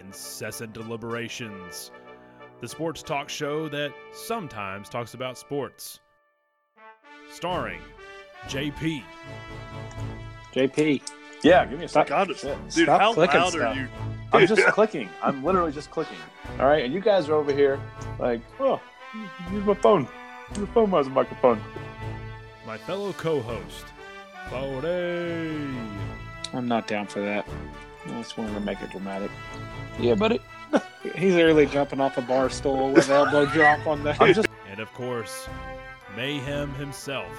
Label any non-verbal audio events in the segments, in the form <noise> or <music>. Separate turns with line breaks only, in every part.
Incessant Deliberations, the sports talk show that sometimes talks about sports. Starring JP,
JP.
Yeah, give me a
Stop-
second.
God, it's-
Shit.
dude,
Stop
how
clicking
loud
stuff.
are you?
I'm
<laughs>
just clicking. I'm literally just clicking. All right, and you guys are over here like, oh, use my phone. Use my phone as a microphone.
my fellow co host, Bode.
I'm not down for that. I just wanted to make it dramatic. Yeah, buddy. He's literally jumping off a bar stool
<laughs>
with elbow drop on the.
I'm just.
And of course, Mayhem himself.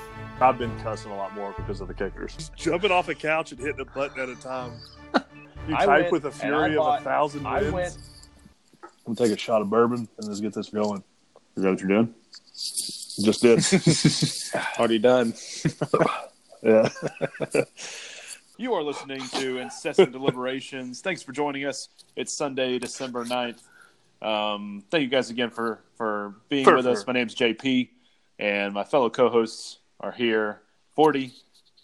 I've been cussing a lot more because of the kickers.
Jumping off a couch and hitting a button at a time.
<laughs>
You
I
type
went
with a
and I
fury
bought-
of a thousand
I
wins.
went. I'm gonna take a shot of bourbon and let's get this going. Is that what you're doing? Just <laughs> did.
<laughs> Already done.
yeah.
You are listening to Incessant Deliberations. Thanks for joining us. It's Sunday, December 9th. Um, thank you guys again for, for being
For-
with us.
for-
My name's JP, and my fellow co hosts are here 40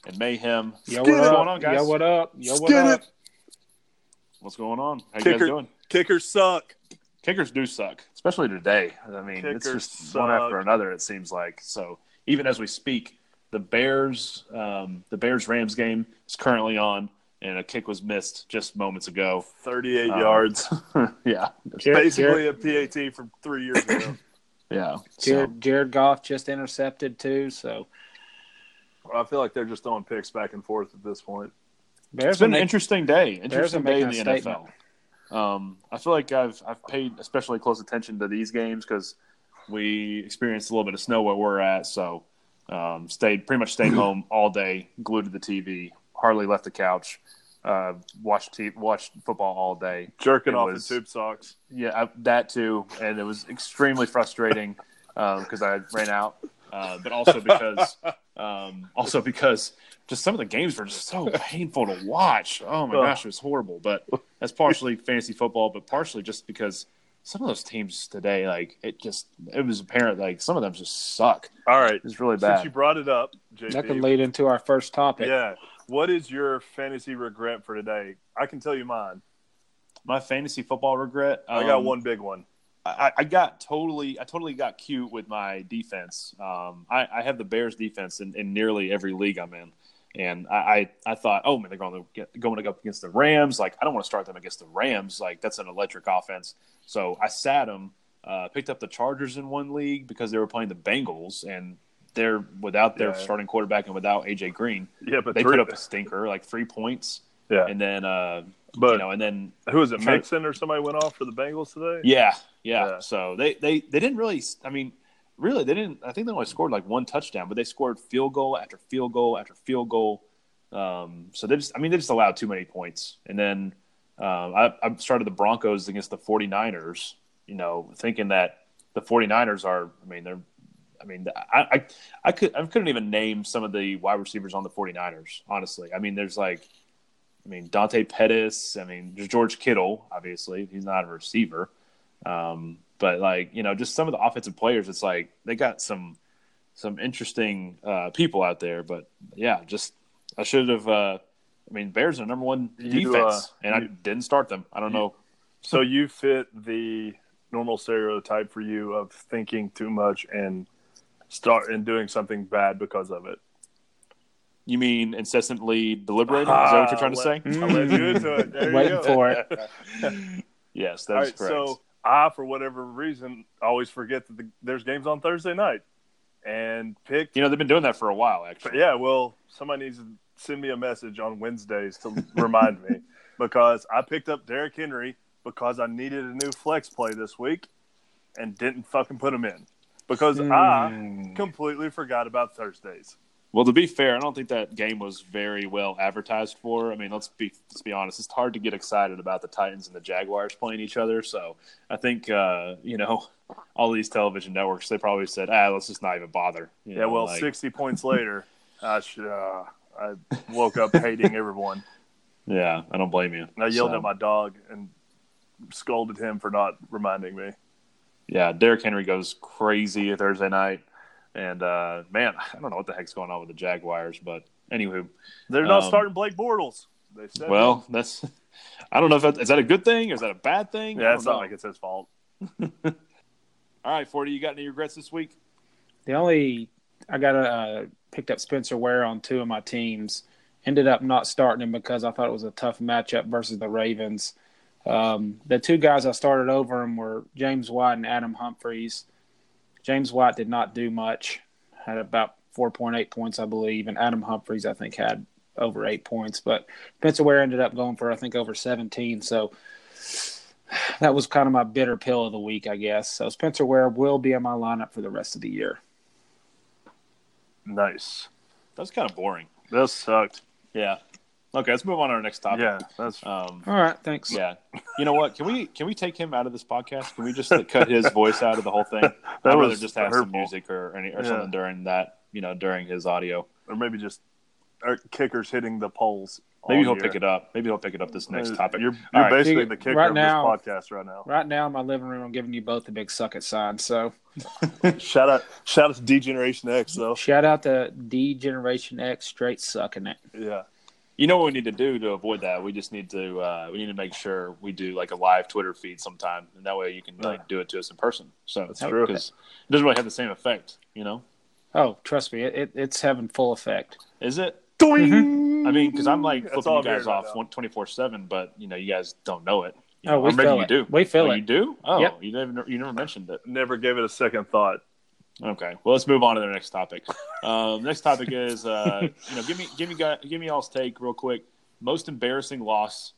and Mayhem.
Yo,
What's
what up?
going on, guys?
Yo, what up? Yo, what
Skid
up?
What's going on? How you
Kicker.
guys doing?
Kickers suck.
Kickers do suck, especially today. I mean, it's
Kickers
just one
suck.
after another. It seems like so. Even as we speak, the Bears, um, the Bears Rams game is currently on, and a kick was missed just moments ago.
38
Uh,
Um,
yards.
<laughs> yeah,
Jared,
Basically a PAT from three years ago.
yeah. So,
Jared, Jared Goff just intercepted too, so
I feel like they're just throwing picks back and forth at this point.
Bears
it's
are
been an
making-
interesting day.
Bears are
Interesting day in the
making a
NFL. Um, I feel like I've I've paid especially close attention to these games because we experienced a little bit of snow where we're at, so um, stayed pretty
<clears throat>
much stayed home all day, glued to the TV, hardly left the couch, uh, watched t- watched football all day.
Jerking
It
off
was-
in tube socks.
Yeah, I, that too, and it was extremely frustrating because I ran out, uh, but also because um, also because just some of the games were just so painful to watch. Oh my
Ugh.
gosh, it was horrible. But that's partially fantasy football, but partially just because some of those teams today, like it just it was apparent like some of them just suck.
All right.
It's really
Since you
bad.
brought it up,
that could
JP.
lead into our first topic.
yeah. What is your fantasy regret for today? I can tell you mine.
My fantasy football regret.
I got
um,
one big one.
I, I got totally, I totally got cute with my defense. Um, I, I have the Bears defense in, in nearly every league I'm in, and I, I, I thought, oh man, they're going to get, going up against the Rams. Like I don't want to start them against the Rams. Like that's an electric offense. So I sat them. Uh, picked up the Chargers in one league because they were playing the Bengals, and they're without their
Yeah.
starting quarterback and without AJ Green.
Yeah, but
They
three, <laughs>
put up a stinker, like three points,
yeah.
and then uh,
But
you know, and then
who is it?
I'm trying-
Mixon or somebody went off for the Bengals today?
Yeah, yeah.
Yeah.
So they, they they didn't really. I mean, really, they didn't. I think they only scored like one touchdown, but they scored field goal after field goal after field goal. Um, so they just, I mean, they just allowed too many points. And then um, I, I started the Broncos against the 49ers. You know, thinking that the 49ers are. I mean, they're. I mean, I, I I could I couldn't even name some of the wide receivers on the 49ers. Honestly, I mean, there's like. I mean Dante Pettis. I mean there's George Kittle. Obviously, he's not a receiver. Um, but like you know, just some of the offensive players, it's like they got some some interesting uh, people out there. But yeah, just I should have. Uh, I mean, Bears are number one
You,
defense,
uh,
and I
you-
didn't start them. I don't
you-
know.
So you fit the normal stereotype for you of thinking too much and start and doing something bad because of it.
You mean incessantly deliberating? Is that what you're trying to
Ah,
say?
I led you into it. There you
Waiting
go.
for
<laughs>
it.
yes,
All
that's
right,
correct.
so I, for whatever reason, always forget that the, there's games on Thursday night, and pick.
you know they've been doing that for a while,
But
actually.
yeah, well, somebody needs to send me a message on Wednesdays to remind
<laughs>
me because I picked up Derrick Henry because I needed a new flex play this week, and didn't fucking put him in because
Hmm.
I completely forgot about Thursdays.
Well, to be fair, I don't think that game was very well advertised for. I mean, let's be let's be honest. It's hard to get excited about the Titans and the Jaguars playing each other. So I think uh, you know all these television networks they probably said, ah, let's just not even bother. You
Yeah,
know,
well,
like-
sixty points later, I should. Uh, I woke up hating everyone.
Yeah, I don't blame you.
I yelled
So,
at my dog and scolded him for not reminding me.
Yeah, Derrick Henry goes crazy Thursday night, and uh, man, I don't know what the heck's going on with the Jaguars, but anywho,
They're not
Um,
starting Blake Bortles. They said
well, that's <laughs> I don't know if that, is that a good thing or is that a bad thing. I
Yeah,
don't
it's not
know.
like it's his fault.
All right, Forty, you got any regrets this week?
The only I got uh, picked up Spencer Ware on two of my teams. Ended up not starting him because I thought it was a tough matchup versus the Ravens. Um, the two guys I started over him were James White and Adam Humphreys. James White did not do much, had about 4.8 points, I believe, and Adam Humphreys, I think, had over eight points. But Spencer Ware ended up going for, I think, over 17. So <sighs> that was kind of my bitter pill of the week, I guess. So Spencer Ware will be in my lineup for the rest of the year.
Nice.
That's kind of boring.
This sucked.
Yeah. Okay, let's move on to our next topic.
Yeah, that's
Um,
All right, thanks.
yeah. You know what? Can we can we take him out of this podcast? Can we just like, cut his voice out of the whole
<laughs>
thing?
that
I'd rather
was
just have some
hurtful.
music or any or
Yeah.
something during that. You know, during his audio,
or maybe just or kickers hitting the poles. Uh,
maybe he'll pick it up. Maybe he'll pick it up this next topic.
You're,
All
you're
right.
basically
See,
the kicker
right
of
now-
this podcast right now. <laughs>
Right now in my living room, I'm giving you both a big suck it sign. So
shout out, shout out to D Generation X though.
shout out to D Generation X, straight sucking it.
Yeah,
You know what we need to do to avoid that? We just need to uh, we need to make sure we do like a live Twitter feed sometime, and that way you can like do it to us in person. So that's
true.
because it doesn't really have the same effect. You know,
Oh, trust me, it, it, it's having full effect.
is it?
<laughs> Doing.
I mean, because I'm like
That's
flipping
all
you
I'm hearing
guys
right
off
now.
24 seven, but you know, you guys don't know it. You
Oh,
know,
we
or maybe
feel
you
it.
do.
We feel
oh,
it.
You do? Oh,
Yep.
you never you never mentioned it.
never gave it a second thought.
Okay, well, let's move on to the
<laughs>
next topic. Um, next topic is uh, you know, give me give me gu- give me y'all's take real quick. Most embarrassing loss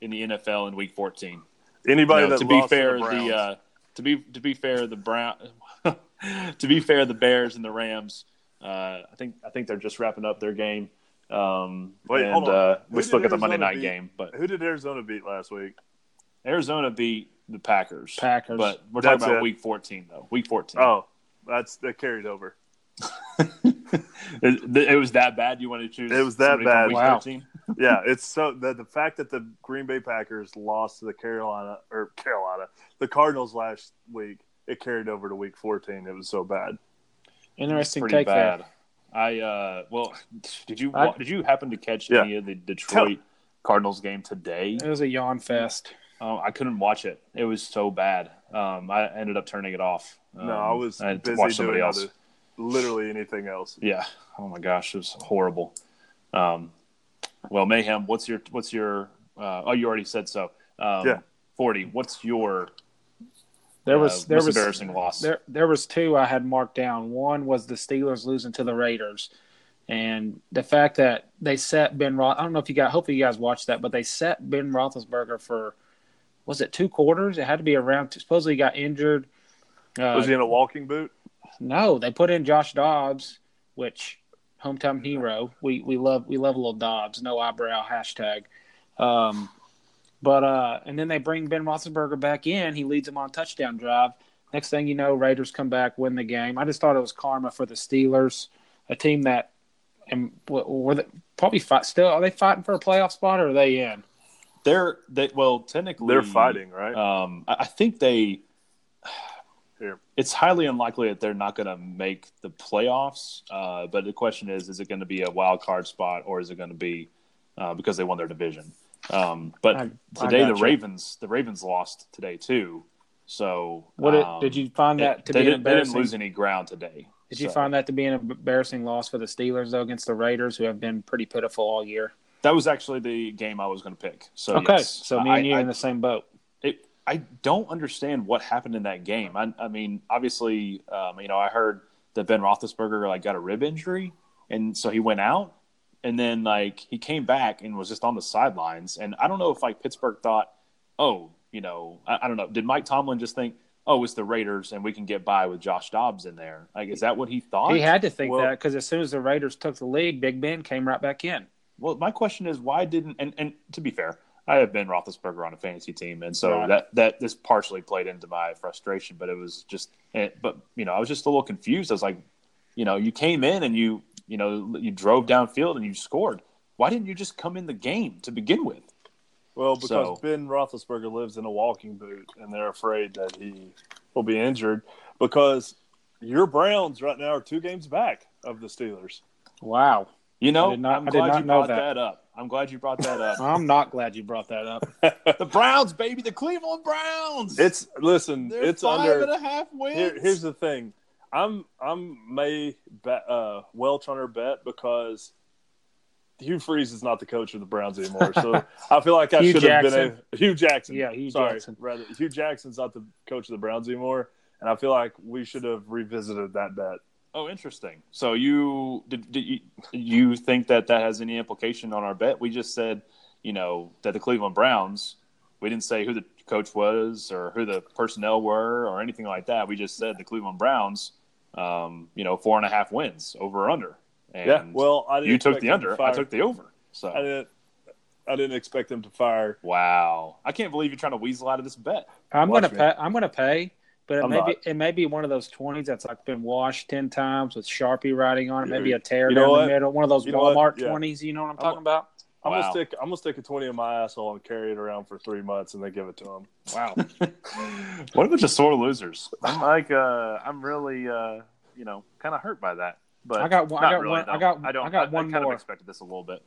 in the NFL in Week 14.
Anybody
No,
that
to be
lost to
fair,
the,
the,
Browns,
uh, to be to be fair, the Brown, <laughs> to be fair, the Bears and the Rams. Uh, I think I think they're just wrapping up their game. Um,
Wait,
and
hold on.
Uh,
Who
we still
did
got the Monday
Arizona
night
beat?
game, but
who did Arizona beat last week?
Arizona beat the Packers.
Packers.
But we're talking
That's
about
it.
Week 14, though. Week 14.
Oh, that's that carried over.
<laughs> It, it was that bad. You want to choose?
It was that
somebody from
bad.
Week
Wow.
13?
yeah, it's so the the fact that the Green Bay Packers lost to the Carolina or Carolina, the Cardinals last week, it carried over to Week 14. It was so bad.
Interesting
Pretty
take
bad.
there.
I uh, well, did you
I-
did you happen to catch
Yeah.
any of the Detroit Cardinals game today?
It was a yawn fest.
Um, I couldn't watch it. It was so bad. Um, I ended up turning it off. Um,
No, I was
I had to
busy
watch somebody
doing
else.
other- literally anything else.
Yeah. Oh my gosh, it was horrible. Um, well, mayhem. What's your what's your? Uh, oh, you already said so. Um,
Yeah.
Forty. What's your
There
uh,
was there
most
was
embarrassing loss?
There, there was two I had marked down. One was the Steelers losing to the Raiders, and the fact that they set Ben Roth. I don't know if you got. Hopefully, you guys watched that, but they set Ben Roethlisberger for was it two quarters? It had to be around. Supposedly, he got injured. Uh,
Was he in a walking boot?
no, they put in Josh Dobbs, which hometown hero. We we love we love little Dobbs. No eyebrow hashtag. Um, but uh, and then they bring Ben Roethlisberger back in. He leads them on a touchdown drive. Next thing you know, Raiders come back, win the game. I just thought it was karma for the Steelers, a team that and w- were they, probably fight, still are they fighting for a playoff spot or are they in?
They're they well technically
They're fighting, right?
Um, I, I think they.
Here.
It's highly unlikely that they're not going to make the playoffs. Uh, but the question is, is it going to be a wild card spot or is it going to be uh, because they won their division? Um, but
I- I
today the
gotcha.
Ravens the Ravens lost today too. So
What did-
um,
did you find that
it-
to
they,
be an
didn't, they didn't
embarrassing?
lose any ground today.
Did you
So,
find that to be an embarrassing loss for the Steelers though against the Raiders, who have been pretty pitiful all year?
that was actually the game I was going to pick? So
Okay,
yes.
so me
I-
and you
I-
in the same boat.
it, I don't understand what happened in that game. I, I mean, obviously, um, you know, I heard that Ben Roethlisberger like got a rib injury, and so he went out, and then like he came back and was just on the sidelines. And I don't know if like Pittsburgh thought, oh, you know, I, I don't know, did Mike Tomlin just think, oh, it's the Raiders and we can get by with Josh Dobbs in there? Like, is that what he thought?
He had to think
Well-
that because as soon as the Raiders took the lead, Big Ben came right back in.
Well, my question is why didn't and, and to be fair, I have been Roethlisberger on a fantasy team, and so
Right.
that that this partially played into my frustration. But it was just, it, but you know, I was just a little confused. I was like, you know, you came in and you you know you drove downfield and you scored. Why didn't you just come in the game to begin with?
Well, because
So-
Ben Roethlisberger lives in a walking boot, and they're afraid that he will be injured. Because your Browns right now are two games back of the Steelers.
Wow.
You know,
I did not-
I'm
I did
glad
not
you
know
brought
that.
that. up. I'm glad
<laughs>
you brought that up.
I'm not glad you brought that up.
<laughs> the Browns, baby, the Cleveland Browns.
uh, It's listen.
They're
it's
five
under.
and a half wins.
Here, here's the thing. I'm I'm May bet, uh, Welch on her bet because Hugh Freeze is not the coach of the Browns anymore.
<laughs>
So I feel like I
Hugh
should have been
Jackson.
a Hugh Jackson.
Yeah, Hugh
Sorry,
Jackson.
rather Hugh Jackson's not the coach of the Browns anymore, and I feel like we should have revisited that bet.
oh, interesting. So you did, did you, you think that that has any implication on our bet? We just said, you know, that the Cleveland Browns. We didn't say who the coach was or who the personnel were or anything like that. We just said the Cleveland Browns. Um, you know, four and a half wins over or under. And
yeah. Well, I didn't
you took
expect
the
them to
under. I
fire-
took the over. So
I didn't. I didn't expect them to fire.
Wow. I can't believe you're trying to weasel out of this bet.
I'm
Watch
gonna
me.
pay. I'm gonna pay, but it
I'm
may
not.
be it may be one of those twenties that's like been washed ten times with Sharpie writing on it. Maybe a tear
You know
down
what?
the middle. One of those
You know what?
Walmart
Yeah.
twenties. You know what I'm
I'm-
talking about?
I'm
Wow.
gonna stick. I'm gonna stick a twenty in my asshole and carry it around for three months, and then give it to them.
Wow.
<laughs> What a bunch of sore losers. I'm like, uh, I'm really, uh, you know, kind of hurt by that. But
I got one. I
not
got
really,
one. I
though.
got.
I
I,
don't.
got one
kind
more.
of expected this a little bit.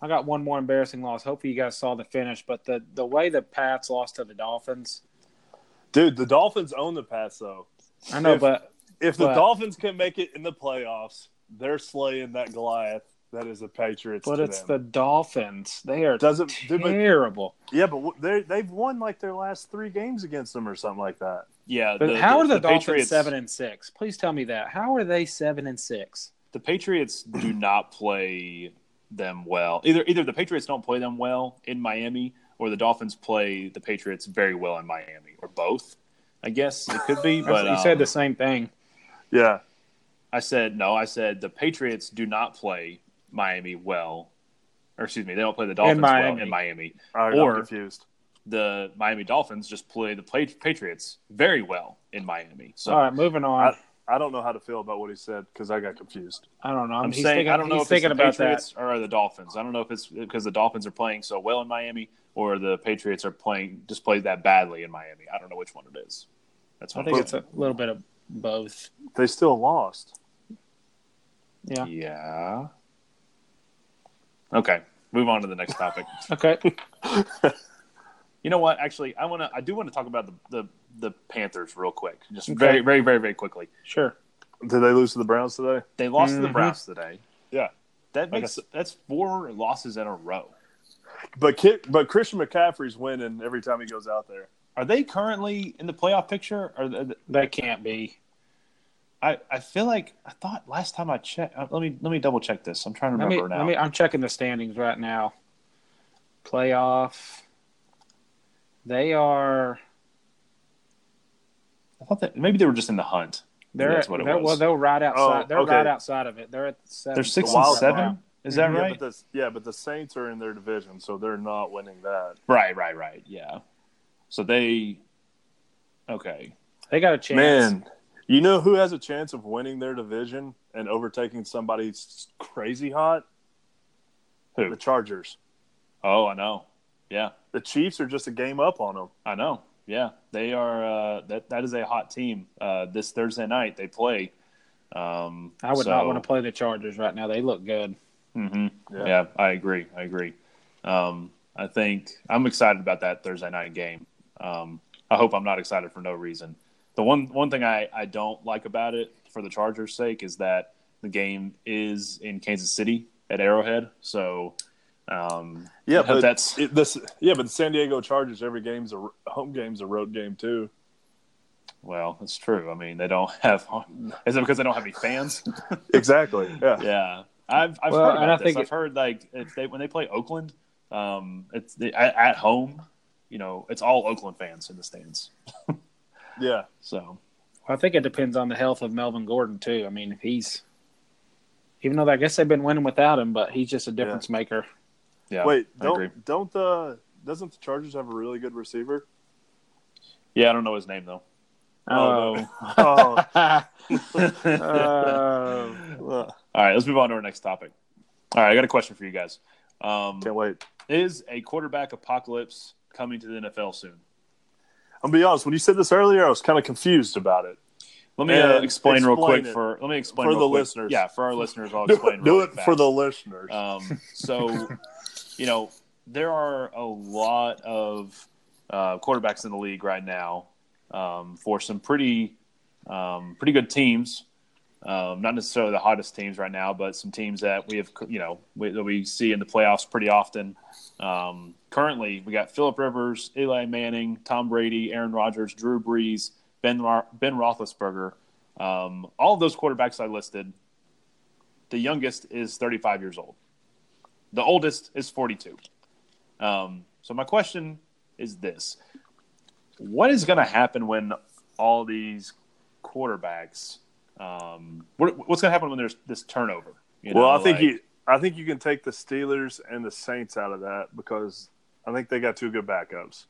I got one more embarrassing loss. Hopefully, you guys saw the finish. But the the way the Pats lost to the Dolphins,
Dude, the Dolphins own the pass though.
I know,
If-
but
If the
But-
Dolphins can make it in the playoffs, they're slaying that Goliath that is the Patriots.
but
to
it's
them.
the Dolphins. They are
doesn't dude, but-
terrible.
yeah, but w- they they've won like their last three games against them or something like that.
Yeah.
But how are the, Dolphins seven and six? Please tell me that. How are they seven and six?
the Patriots do not play them well. Either either the Patriots don't play them well in Miami, or the Dolphins play the Patriots very well in Miami, or both. I guess it could be. but
you said
um,
the same thing.
<laughs> Yeah,
I said no. I said the Patriots do not play Miami well, or excuse me, they don't play the Dolphins well
Miami.
in Miami.
I got
Or-
confused.
The Miami Dolphins just play the play- Patriots very well in Miami. So
All right, moving on.
I don't know how to feel about what he said because I got confused.
I, don't know.
I'm
he's
saying
thinking,
I don't know
he's
if
thinking
it's the
about
Patriots or the Dolphins. I don't know if it's because the Dolphins are playing so well in Miami or the Patriots are playing just played that badly in Miami. I don't know which one it is. That's
that. I
what
think
I'm
it's a little bit of
<laughs>
both.
They still lost.
yeah.
yeah. Okay, move on to the next topic. <laughs>
Okay.
You know what? Actually, I want to. I do want to talk about the, the the Panthers real quick, just
Okay.
very, very, very, very quickly.
Sure.
Did they lose to the Browns today?
They lost to the
Mhm.
Browns today.
Mm-hmm. Yeah.
that
Like I
makes
said-
that's four losses in a row.
But Ki- but Christian McCaffrey's winning every time he goes out there.
Are they currently in the playoff picture? Or the,
That can't be.
I I feel like I thought last time I checked. uh, Let me let me double check this. I'm trying to
Let me,
remember now.
let me. I'm checking the standings right now. Playoff. They are.
I thought that maybe they were just in the hunt.
They're.
that's what it
they're-
was.
Well, they're right outside.
Oh,
they're
okay.
right outside of it. They're at seven.
They're six
The
and
wild
seven.
card. Mm-hmm.
Is that
yeah,
right?
But the, yeah, but the Saints are in their division, so they're not winning that.
Right, right, right. Yeah. So they. Okay.
They got a chance.
Man, you know who has a chance of winning their division and overtaking somebody s- crazy hot?
Who?
The Chargers.
Oh, I know. Yeah.
The Chiefs are just a game up on them.
I know. Yeah, they are. Uh, that that is a hot team. Uh, this Thursday night they play. Um,
I would not want to play the Chargers right now. They look good.
hmm Yeah.
Yeah.
I agree. I agree. Um, I think I'm excited about that Thursday night game. Um, I hope I'm not excited for no reason. The one one thing I, I don't like about it for the Chargers' sake is that the game is in Kansas City at Arrowhead. So um,
Yeah,
I hope
but
that's
It, this, yeah, but the San Diego Chargers every game's a r- home game's a road game too.
well, that's true. I mean, they don't <laughs> have. Is it because they don't have any fans?
Exactly. Yeah.
Yeah, I've I've
Well,
heard
and I
about this.
think
I've
it-
heard like if they when they play Oakland, um, it's the, at, at home. You know, it's all Oakland fans in the stands.
Yeah.
So
I think it depends on the health of Melvin Gordon too. I mean, if he's even though I guess they've been winning without him, but he's just a difference maker.
yeah,
Wait,
I
don't
agree.
don't the doesn't the Chargers have a really good receiver?
yeah, I don't know his name
<laughs>
though.
Oh,
Oh.
Oh,
Um,
<laughs>
Uh,
uh,
all right, let's move on to our next topic. All right, I got a question for you guys. Um,
can't wait.
is a quarterback apocalypse coming to the NFL soon?
I'm gonna be honest. When you said this earlier, I was kind of confused about it.
Let me uh,
And
explain, real
explain
quick
it
for let me explain
for
real
the
quick.
listeners.
Yeah, for our listeners,
<laughs>
I'll
Do, do
explain. really
it for
fast.
the listeners.
Um, so, you know, there are a lot of uh, quarterbacks in the league right now um, for some pretty, um, pretty good teams. Um, not necessarily the hottest teams right now, but some teams that we have, you know, we, that we see in the playoffs pretty often. Um, currently, we got Philip Rivers, Eli Manning, Tom Brady, Aaron Rodgers, Drew Brees, Ben Ro- Ben Roethlisberger. Um, all of those quarterbacks I listed, the youngest is 35 years old. The oldest is 42. Um, so my question is this: What is going to happen when all these quarterbacks? Um, what, what's going to happen when there's this turnover? You
well,
know,
I think
like-
you I think you can take the Steelers and the Saints out of that because I think they got two good backups.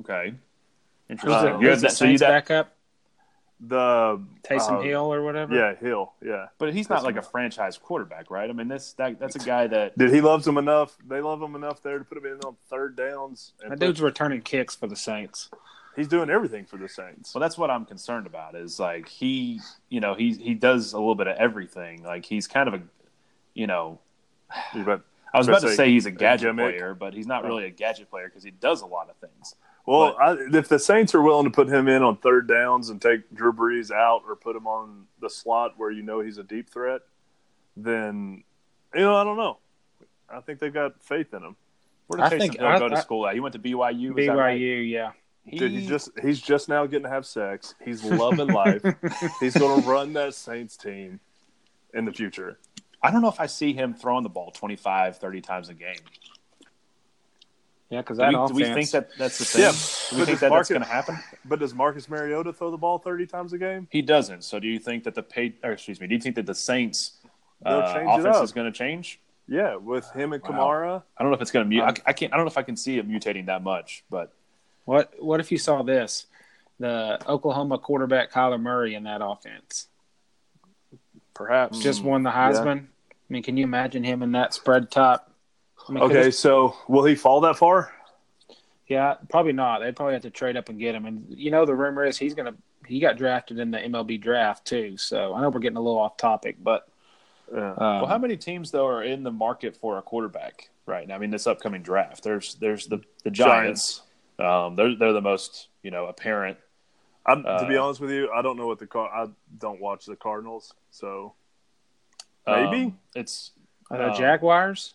okay.
Who's
Interesting.
the,
Uh,
You
who's
have
the
that- so you
Saints
that-
backup?
The
Taysom
uh,
Hill or whatever.
Yeah, Hill. Yeah.
but he's not like a franchise quarterback, right? I mean, this that, that's a guy that
Did he loves them enough? They love him enough there to put him in on third downs. And
that
put-
dude's returning kicks for the Saints.
he's doing everything for the Saints.
Well, that's what I'm concerned about. Is like he, you know, he he does a little bit of everything. Like he's kind of a, you know,
But
I was
Gonna
about to
say,
say he's a Oh. gadget
gimmick.
player, but he's not really a gadget player because he does a lot of things.
well, I, if the Saints are willing to put him in on third downs and take Drew Brees out or put him on the slot where you know he's a deep threat, then you know I don't know. I think they've got faith in him.
Where
I
did Taysom
think-
Hill
I-
go to
I-
school at? He went to BYU. is that right?
BYU, yeah.
Dude, he's just he's just now getting to have sex. He's loving
<laughs>
life. he's gonna run that Saints team in the future.
I don't know if I see him throwing the ball 25, 30 times a game.
Yeah, because
Do
that
we, do
offense.
we think that that's the thing?
Yeah,
do we
but
think
does
that that's
Marcus-
going to happen?
But does Marcus Mariota throw the ball thirty times a game?
He doesn't. So do you think that the paid, or excuse me, do you think that the Saints
They'll
uh,
change it
offense
up.
is going to change?
Yeah, with him and
Wow.
Kamara.
I don't know if it's going to mute.
Um,
I, I can't. I don't know if I can see it mutating that much, but
What What if you saw this? The Oklahoma quarterback Kyler Murray in that offense
Perhaps.
just won
Mm,
the Heisman. I mean, can you imagine him in that spread top? I mean, 'cause
Okay,
it's-
so will he fall that far?
Yeah, probably not. They'd probably have to trade up and get him. And you know, the rumor is he's gonna he got drafted in the MLB draft too. So I know we're getting a little off topic, but
Yeah.
um,
well, how many teams though are in the market for a quarterback right now? I mean, this upcoming draft, there's there's the the Giants. Um, they're they're the most you know apparent.
I'm, to be
Uh,
honest with you, I don't know what the car. I don't watch the Cardinals, so
Um,
Maybe?
it's
are the
um,
Jaguars?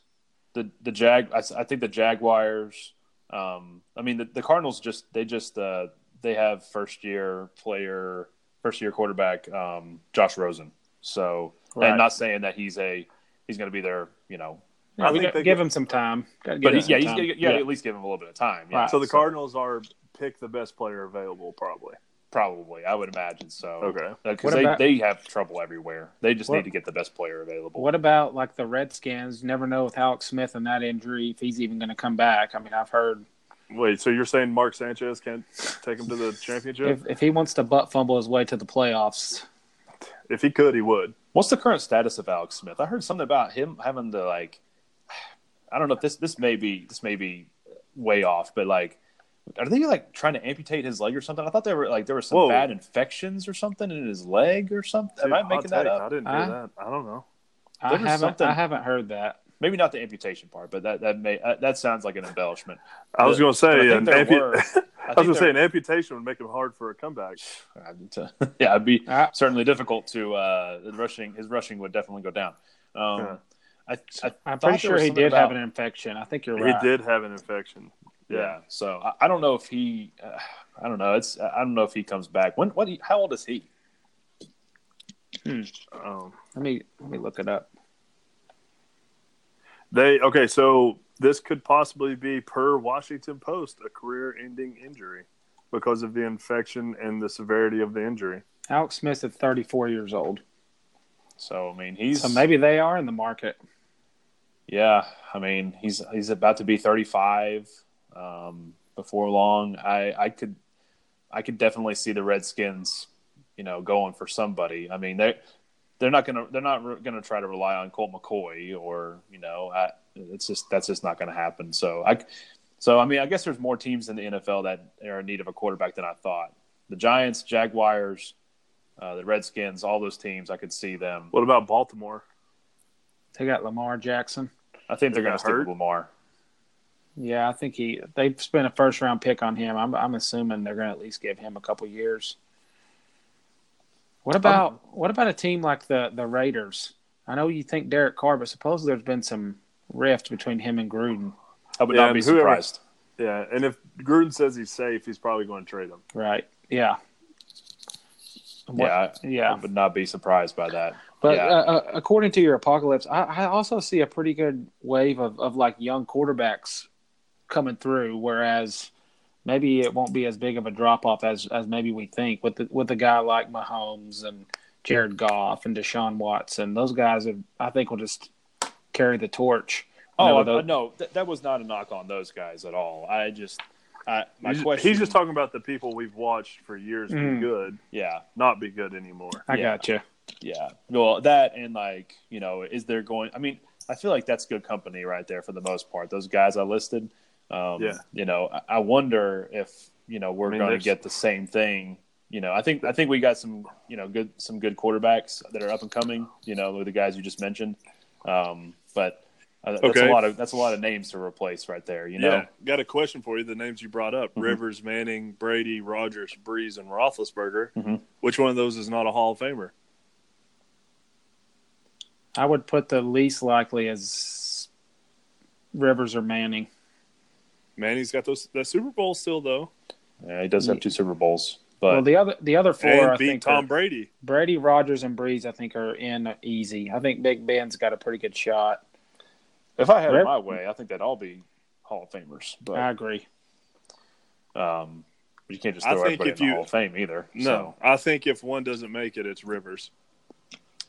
the the Jag. I, s- I think the Jaguars. Um, I mean, the, the Cardinals just they just uh, they have first year player, first year quarterback um, Josh Rosen. So,
Right.
and not saying that he's a he's going to be their you know
Yeah,
I
we got,
think they
give
could-
him some time. Gotta give
But
him
he's, yeah,
some
he's
time.
you gotta at least give him a little bit of time. Yeah.
Right.
so the Cardinals are pick the best player available, probably.
probably, I would imagine so.
Okay.
Because
What
Uh, they,
about-
they have trouble everywhere. They just
What-
need to get the best player available.
What about like the Redskins? You Never know with Alex Smith and that injury if he's even going to come back. I mean, I've heard
Wait, so you're saying Mark Sanchez can't take him to
<laughs>
the championship?
if, if he wants to butt fumble his way to the playoffs,
If, he could, he would.
What's the current status of Alex Smith? I heard something about him having to like. I don't know if this this may be this may be way off, but like, are they like trying to amputate his leg or something? I thought they were like there were some
Whoa.
bad infections or something in his leg or something.
Dude,
Am I
hot
making that
take.
up?
I didn't hear
Huh?
that. I don't know.
I
There was
haven't
something-
I haven't heard that.
Maybe not the amputation part, but that that may uh, that sounds like an embellishment.
I was
But-
going to
but I
say,
think
an
there
ampu- <laughs>
were-
I
think
was going to
there-
say an amputation would make him hard for a comeback.
<laughs> yeah, it'd be
I,
certainly difficult to uh, the rushing. His rushing would definitely go down. Um,
Yeah.
I, I,
I'm
thought there
pretty sure
was
he
something
did have
about-
an infection. I think you're
He
right.
did have an infection.
yeah. So I, I don't know if he. Uh, I don't know. It's I don't know if he comes back. When? What? he- How old is he?
Um,
Hmm. Let me let me look it up.
they okay. So this could possibly be per Washington Post a career-ending injury because of the infection and the severity of the injury.
Alex Smith is 34 years old,
So I mean, he's
so maybe they are in the market.
yeah. I mean, he's he's about to be thirty five um, before long. I I could I could definitely see the Redskins, you know, going for somebody. I mean, they they're not gonna they're not re- gonna try to rely on Colt McCoy or you know, I, it's just that's just not gonna happen. So I so I mean, I guess there's more teams in the NFL that are in need of a quarterback than I thought. the Giants, Jaguars, uh, the Redskins, all those teams. I could see them.
What about Baltimore?
They got Lamar Jackson.
I think
They
they're going to
got
stick with
hurt?
Lamar.
Yeah, I think he. They've spent a first round pick on him. I'm I'm assuming they're going to at least give him a couple years. What
Um,
about what about a team like the the Raiders? I know you think Derek Carr, but suppose there's been some rift between him and Gruden,
I would
Yeah,
not be
and whoever-
surprised.
Yeah, and if Gruden says he's safe, he's probably going to trade him.
right? Yeah, What-
Yeah, I
yeah.
would not be surprised by that.
But
yeah.
uh, uh, according to your apocalypse, I, I also see a pretty good wave of, of like young quarterbacks coming through. Whereas maybe it won't be as big of a drop off as, as maybe we think with the, with a guy like Mahomes and Jared Goff and Deshaun Watson. Those guys, have, I think, will just carry the torch.
Oh
Whenever
I- I-
those-
no, that, that was not a knock on those guys at all. I just, I, my
he's,
question.
he's just talking about the people we've watched for years
Mm.
be good,
Yeah,
not be good anymore.
I
yeah.
got gotcha.
yeah. Well, that and like you know, is there going? I mean, I feel like that's good company right there for the most part. Those guys I listed. Um,
Yeah.
You know, I, I wonder if you know we're
I mean,
going
there's-
to get the same thing. You know, I think I think we got some you know good some good quarterbacks that are up and coming. You know, with the guys you just mentioned. Um, but uh, that's
Okay.
a lot of that's a lot of names to replace right there. You know.
Yeah, got a question for you. The names you brought
Mm-hmm.
up: Rivers, Manning, Brady, Rogers, Breeze, and Roethlisberger.
Mhm.
Which one of those is not a Hall of Famer?
I would put the least likely as Rivers or Manning.
Manning's got those that Super Bowl still though,
Yeah, he does have two Super Bowls, but
well, the other the other four, I
and beat
think,
Tom
are-
Brady.
Brady, Rogers, and Breeze, I think, are in easy. I think Big Ben's got a pretty good shot.
if I had
Rev-
it my way, I think they'd all be Hall of Famers.
I
But
agree.
um, you can't just
I
throw
think
everybody
if
in the
you-
Hall of Fame either.
No,
so.
I think if one doesn't make it, it's Rivers.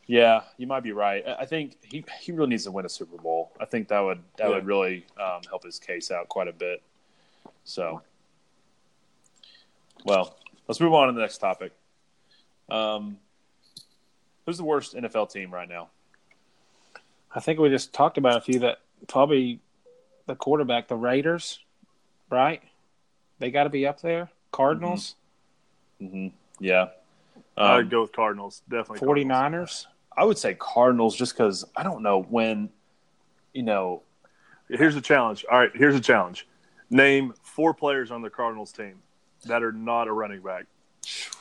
yeah, you might be right. I- I think he, he really needs to win a Super Bowl. I think that would that
Yeah.
would really um, help his case out quite a bit. So, well, let's move on to the next topic. Um, who's the worst NFL team right now?
I think we just talked about a few that probably the quarterback, the Raiders, right? They got to be up there. Cardinals,
hmm Yeah, Um,
I'd go with Cardinals. Definitely
Forty
Cardinals.
49ers.
I would say Cardinals just because I don't know when, you know,
Here's a challenge. All right, here's a challenge. Name four players on the Cardinals team that are not a running back.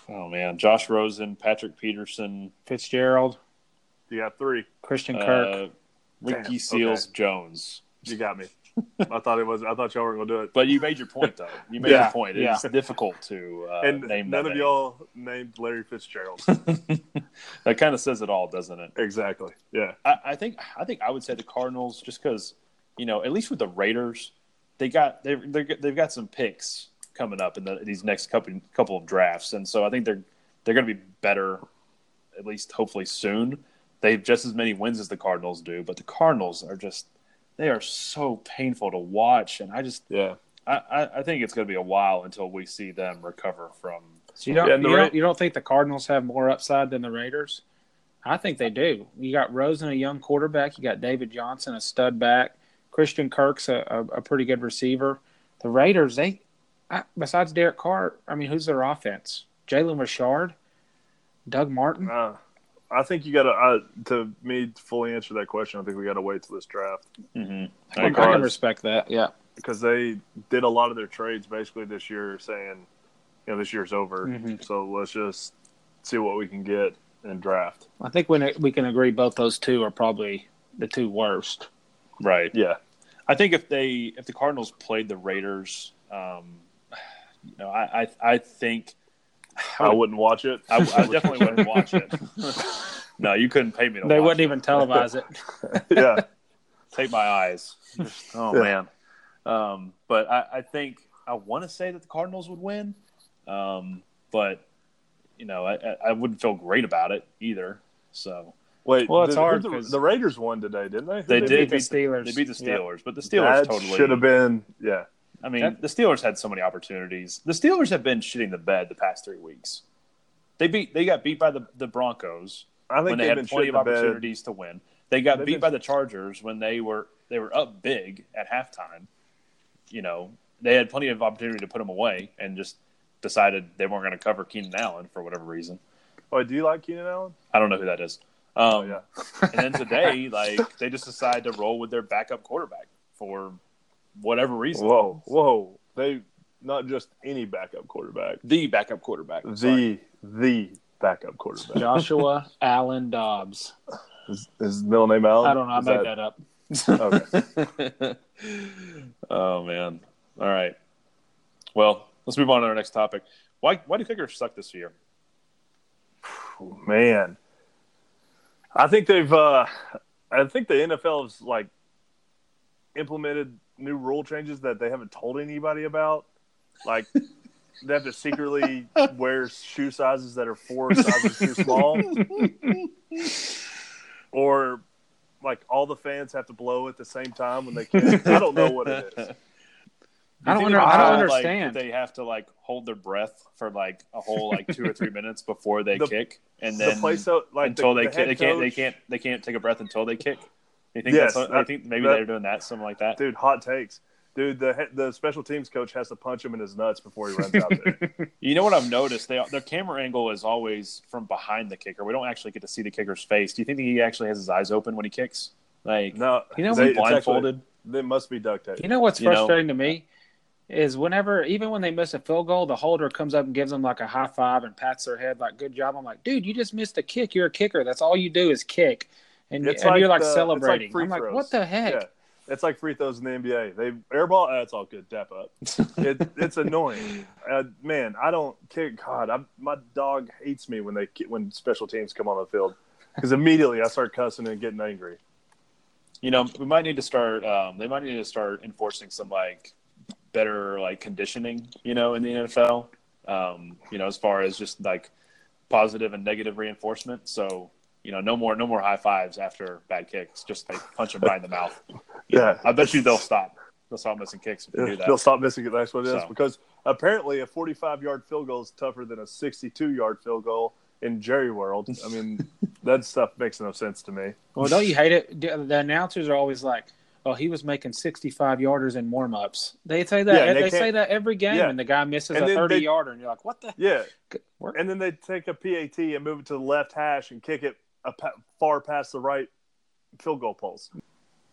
oh man, Josh Rosen, Patrick Peterson,
Fitzgerald,
You got three.
Christian Kirk.
uh, Ricky
Damn,
Seals Jones.
You got
<laughs>
me. I thought it was. I thought y'all were gonna do it.
But you made your point though. You made
Yeah,
your point.
yeah.
It's difficult to uh,
and
name
none
that
of
many.
y'all named Larry Fitzgerald.
<laughs> That kind of says it all, doesn't it?
exactly. Yeah.
I, I think I think I would say the Cardinals just because you know at least with the Raiders they got they they're, they've got some picks coming up in the, these next couple couple of drafts and so I think they're they're going to be better at least hopefully soon. They have just as many wins as the Cardinals do, but the Cardinals are just they are so painful to watch and I just
Yeah.
I, I, I think it's going to be a while until we see them recover from
So you don't,
yeah,
you,
and the Ra-
don't, you don't think the Cardinals have more upside than the Raiders? I think they do. You got Rosen, a young quarterback. You got David Johnson, a stud back. Christian Kirk's a, a, a pretty good receiver. The Raiders, they I, besides Derek Carr, I mean, who's their offense? Jalen Richard, Doug Martin.
Uh, I think you gotta. Uh, to me, to fully answer that question, I think we gotta wait till this draft
Mm-hmm.
I, can- I can respect that. Yeah.
because they did a lot of their trades basically this year, saying, you know, this year's over.
Mm-hmm.
Mhm.
So let's just see what we can get and draft.
I think when it- we can agree both those two are probably the two worst.
right.
Yeah.
I think if they if the Cardinals played the Raiders, um, you know, I I, I think
I wouldn't watch it.
I, <laughs> I definitely wouldn't watch it. no, you couldn't pay me to.
They
watch
wouldn't
it.
even televise it.
<laughs> yeah.
tape my eyes. <laughs> Oh man. Um, but I, I think I want to say that the Cardinals would win, um, but you know I, I- I wouldn't feel great about it either. So
Wait.
Well, it's
the, who
hard
the-
'cause-
the Raiders won today, didn't they? Who
They
beat
did
the
beat the-
Steelers.
they beat the
Yeah.
Steelers, but the Steelers
That
totally
should have been. Yeah.
I mean,
That-
the Steelers had so many opportunities. The Steelers have been shitting the bed the past three weeks. They beat they got beat by the, the Broncos
I think
when they
they've
had
been
plenty
shitting
of
the bed.
opportunities to win. They got
They've
beat
been-
by the Chargers when they were they were up big at halftime. You know, they had plenty of opportunity to put them away and just decided they weren't going to cover Keenan Allen for whatever reason.
Oh, do you like Keenan Allen?
I don't know who that is. Um,
Oh,
and then
<laughs>
today, like they just decide to roll with their backup quarterback for whatever reason.
Whoa, whoa! They not just any backup quarterback.
The backup quarterback.
The
sorry.
the backup quarterback.
Joshua Allen Dobbs.
Is, is his middle name Allen?
I don't know. I
Is
made that up.
<laughs> oh man. All right. Well, let's move on to our next topic. Why why do kickers suck this year?
Oh, man, I think they've. uh I think the NFL's like implemented new rule changes that they haven't told anybody about. Like they have
<laughs>
to secretly wear shoe sizes that are four sizes
<laughs>
too small, or like all the fans have to blow at the same time when they can. I don't know what it is.
I don't,
Think
under, I
about
don't
how, like,
understand.
they have to like hold their breath for like a whole like two or three minutes before they
The-
kick, and
the
then
place out like
until
the,
they
the
can,
head
they can't they
coach-
can't they can't take a breath until they kick. You think
Yes,
that's, I
that-
think maybe
that-
they're doing that something like that.
dude. Hot takes, dude. The he- the special teams coach has to punch him in his nuts before he runs out there.
<laughs> You know what I've noticed? They, their camera angle is always from behind the kicker. We don't actually get to see the kicker's face. Do you think he actually has his eyes open when he kicks? Like,
No,
You know,
is
they-
he
it's actually-
blindfolded?
they must be duct tape.
You know what's
you know-
frustrating to me is whenever, even when they miss a field goal, the holder comes up and gives them like a high five and pats their head like "Good job." I'm like, dude, you just missed a kick. You're a kicker. That's all you do is kick, and,
It's
and
like
you're like
the- it's like
celebrating.
free
I'm like,
throws.
what the heck?
Yeah, it's like free throws in the NBA. They airball. That's all good. Dap up. It, it's
<laughs>
annoying. Uh, man, I don't care. God, I'm, my dog hates me when they get- when special teams come on the field because immediately I start cussing and getting angry.
you know, we might need to start. Um, they might need to start enforcing some like better like conditioning. You know, in the NFL. Um, you know, as far as just like positive and negative reinforcement. So you know, no more no more high fives after bad kicks. Just like punch him right in the mouth.
Yeah,
I bet you they'll stop. They'll stop missing kicks if you do that.
They'll stop missing it. That's what it is.
So.
Because apparently, a 45 yard field goal is tougher than a 62 yard field goal in Jerry World. I <laughs> mean, that stuff makes no sense to me.
Well, don't you hate it? The the announcers are always like, "Oh, he was making 65 yarders in warm ups." They say that.
Yeah, and
they
they can't-
say that every game,
Yeah.
and the guy misses
And
a
then
30
they-
yarder, and you're like, "What the?"
Yeah.
Where-
And then they take a PAT and move it to the left hash and kick it a pa- far past the right field goal poles.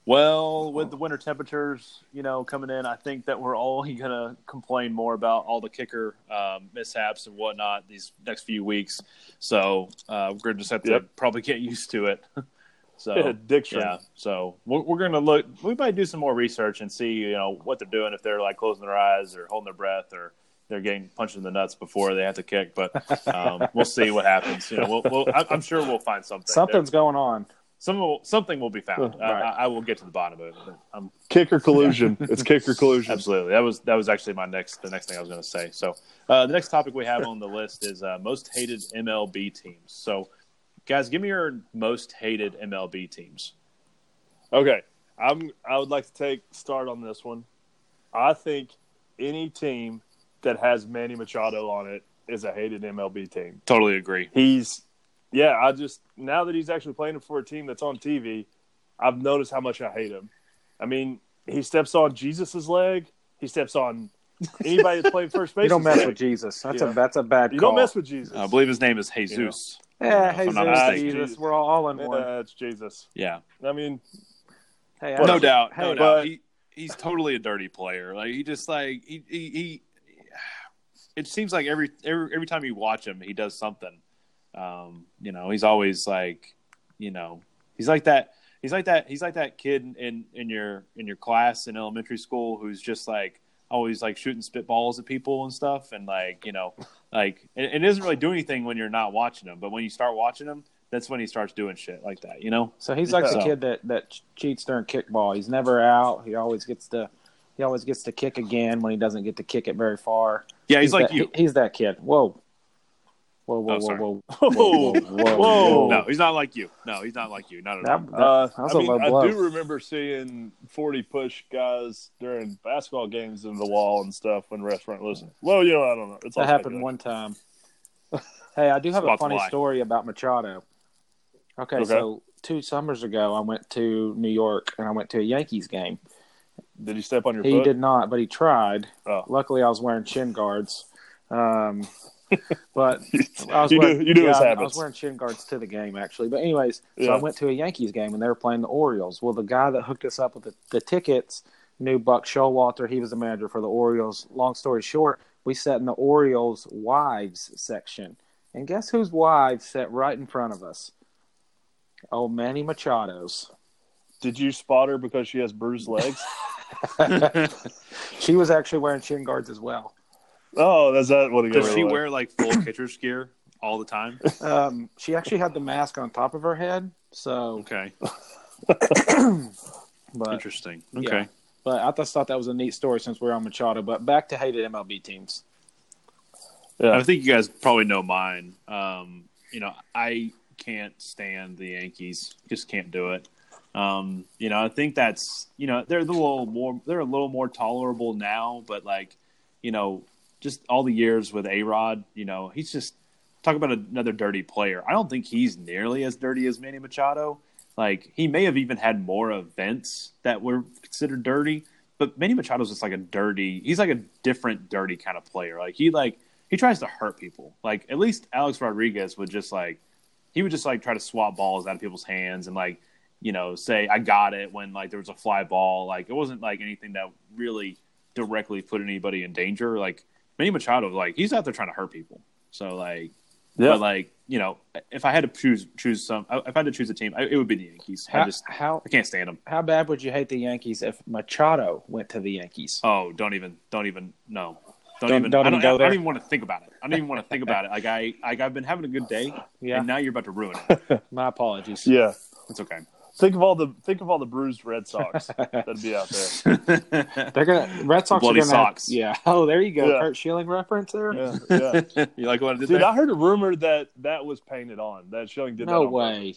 Well, with the winter temperatures, you know, coming in, I think that we're all <laughs> going to complain more about all the kicker um, mishaps and whatnot these next few weeks. So uh, we're going to just have to
Yep.
probably get used to it. <laughs> so
Addiction.
yeah, so we're, we're going to look. We might do some more research and see, you know, what they're doing if they're like closing their eyes or holding their breath or they're getting punched in the nuts before they have to kick. But um, we'll see what happens. You know, we'll, we'll, I'm- I'm sure we'll find something.
Something's going on.
Some will, something will be found. I-
Right.
I, I will get to the bottom of it. I'm,
Kicker <laughs> collusion. it's kicker collusion.
absolutely. That was that was actually my next the next thing I was going to say. So uh, the next topic we have on the list is uh, most hated MLB teams. So guys, give me your most hated MLB teams.
Okay, I'm. I would like to take start on this one. I think any team that has Manny Machado on it is a hated MLB team.
Totally agree.
he's yeah i just now that he's actually playing for a team that's on tv i've noticed how much i hate him i mean he steps on jesus's leg he steps on anybody that's playing first
<laughs>
base
You don't mess with Jesus. That's
Yeah.
a that's a bad
you
call.
don't mess with jesus
I believe his name is Jesus.
yeah,
if I'm
Jesus,
not mistaken.
Jesus, we're all in
Yeah,
one.
it's jesus
Yeah,
i mean
Hey,
no
I-
doubt,
hey,
no
but-
doubt. He, he's totally a dirty player. Like he just like he, he he. It seems like every every every time you watch him, he does something. Um, you know, he's always like, you know, he's like that. He's like that. He's like that kid in- in in your in your class in elementary school who's just like always like shooting spitballs at people and stuff, and like you know, like it, it doesn't really do anything when you're not watching him, but when you start watching him, that's when he starts doing shit like that. You know.
So he's like the
So-
kid that that cheats during kickball. He's never out. He always gets to he always gets to kick again when he doesn't get to kick it very far.
Yeah, he's, like
that,
you.
he- he's that kid. Whoa. Whoa, whoa,
Oh,
whoa,
sorry.
whoa,
whoa
whoa,
Whoa.
No, he's not like you. No, he's not like you. Not at all.
That, that,
uh,
that was
I
a
mean,
low
I
blow.
do remember seeing 40 push guys during basketball games in the wall and stuff when restaurant listen. Well, you know, I don't know. It's all
that happened
speculation.
one time. <laughs> Hey, I do have a
Spots
funny
lie.
story about Machado. Okay,
Okay.
so two summers ago, I went to New York and I went to a Yankees game.
Did he step on your
He
foot?
did not, but he tried.
Oh.
Luckily, I was wearing shin guards.
<laughs>
Um, but I was
You knew-
wearing,
you knew his
I- I
habits.
was wearing shin guards to the game actually. But anyways, so
Yeah.
I went to a Yankees game and they were playing the Orioles. Well, the guy that hooked us up with the, the tickets knew Buck Showalter. He was the manager for the Orioles. Long story short, we sat in the Orioles wives section, and guess whose wives sat right in front of us? Oh,
<laughs>
Manny Machado's. <laughs>
Did you spot her because she has bruised legs?
she was actually wearing shin guards as well.
oh, that's that what it
Does
got
she
really
wear like full catcher's gear all the time?
Um, she actually had the mask on top of her head. So,
Okay,
but
interesting.
Yeah.
Okay,
But I just thought that was a neat story since we're on Machado. But back to hated MLB teams.
Yeah.
I think you guys probably know mine. Um, you know, I can't stand the Yankees; just can't do it. Um, you know, I think that's you know they're a little more they're a little more tolerable now, but like you know, just all the years with A Rod, you know, he's just talk about another dirty player. I don't think he's nearly as dirty as Manny Machado. Like he may have even had more events that were considered dirty, but Manny Machado's just like a dirty. He's like a different dirty kind of player. Like he like he tries to hurt people. Like at least Alex Rodriguez would just like he would just like try to swat balls out of people's hands and like you know say I got it when like there was a fly ball. Like it wasn't like anything that really directly put anybody in danger. Like Manny Machado, like he's out there trying to hurt people. So like,
Yeah.
but like you know, if I had to choose choose some, if I had to choose a team, I, it would be the Yankees. I
How,
just
how
I can't stand them.
how bad would you hate the Yankees if Machado went to the Yankees?
Oh, don't even, don't even, no, don't,
Don't-
even.
don't
I don't,
even go
I don't
there.
even want to think about it. I don't even want to think about it. Like I, like I've been having a good day,
Yeah,
and now you're about to ruin
<laughs>
it.
my apologies.
Yeah.
It's okay.
Think of all the think of all the bruised Red Sox that'd be out there.
<laughs>
They're gonna Red Sox are
Bloody
gonna have-
socks.
yeah. <laughs> Oh, there you go.
Yeah.
Kurt Schilling reference there.
Yeah, <laughs> yeah.
you like what I did
Dude,
there?
I heard a rumor that that was painted on. That Schilling did that.
no
on purpose.
way.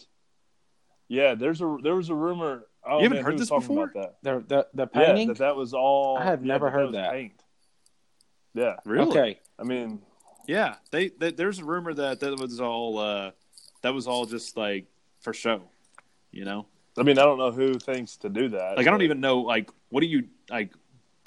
Yeah, there's a there was a rumor. Oh,
You haven't
man, who
heard
was
this
talking
before?
About that.
The the the
Yeah,
painting.
that that was all.
I have
yeah,
never heard
was
that.
Paint. Yeah,
really?
Okay.
I mean,
Yeah. They, they there's a rumor that that was all uh that was all just like for show. You know,
I mean, I don't know who thinks to do that.
like I don't
but-
even know like what do you like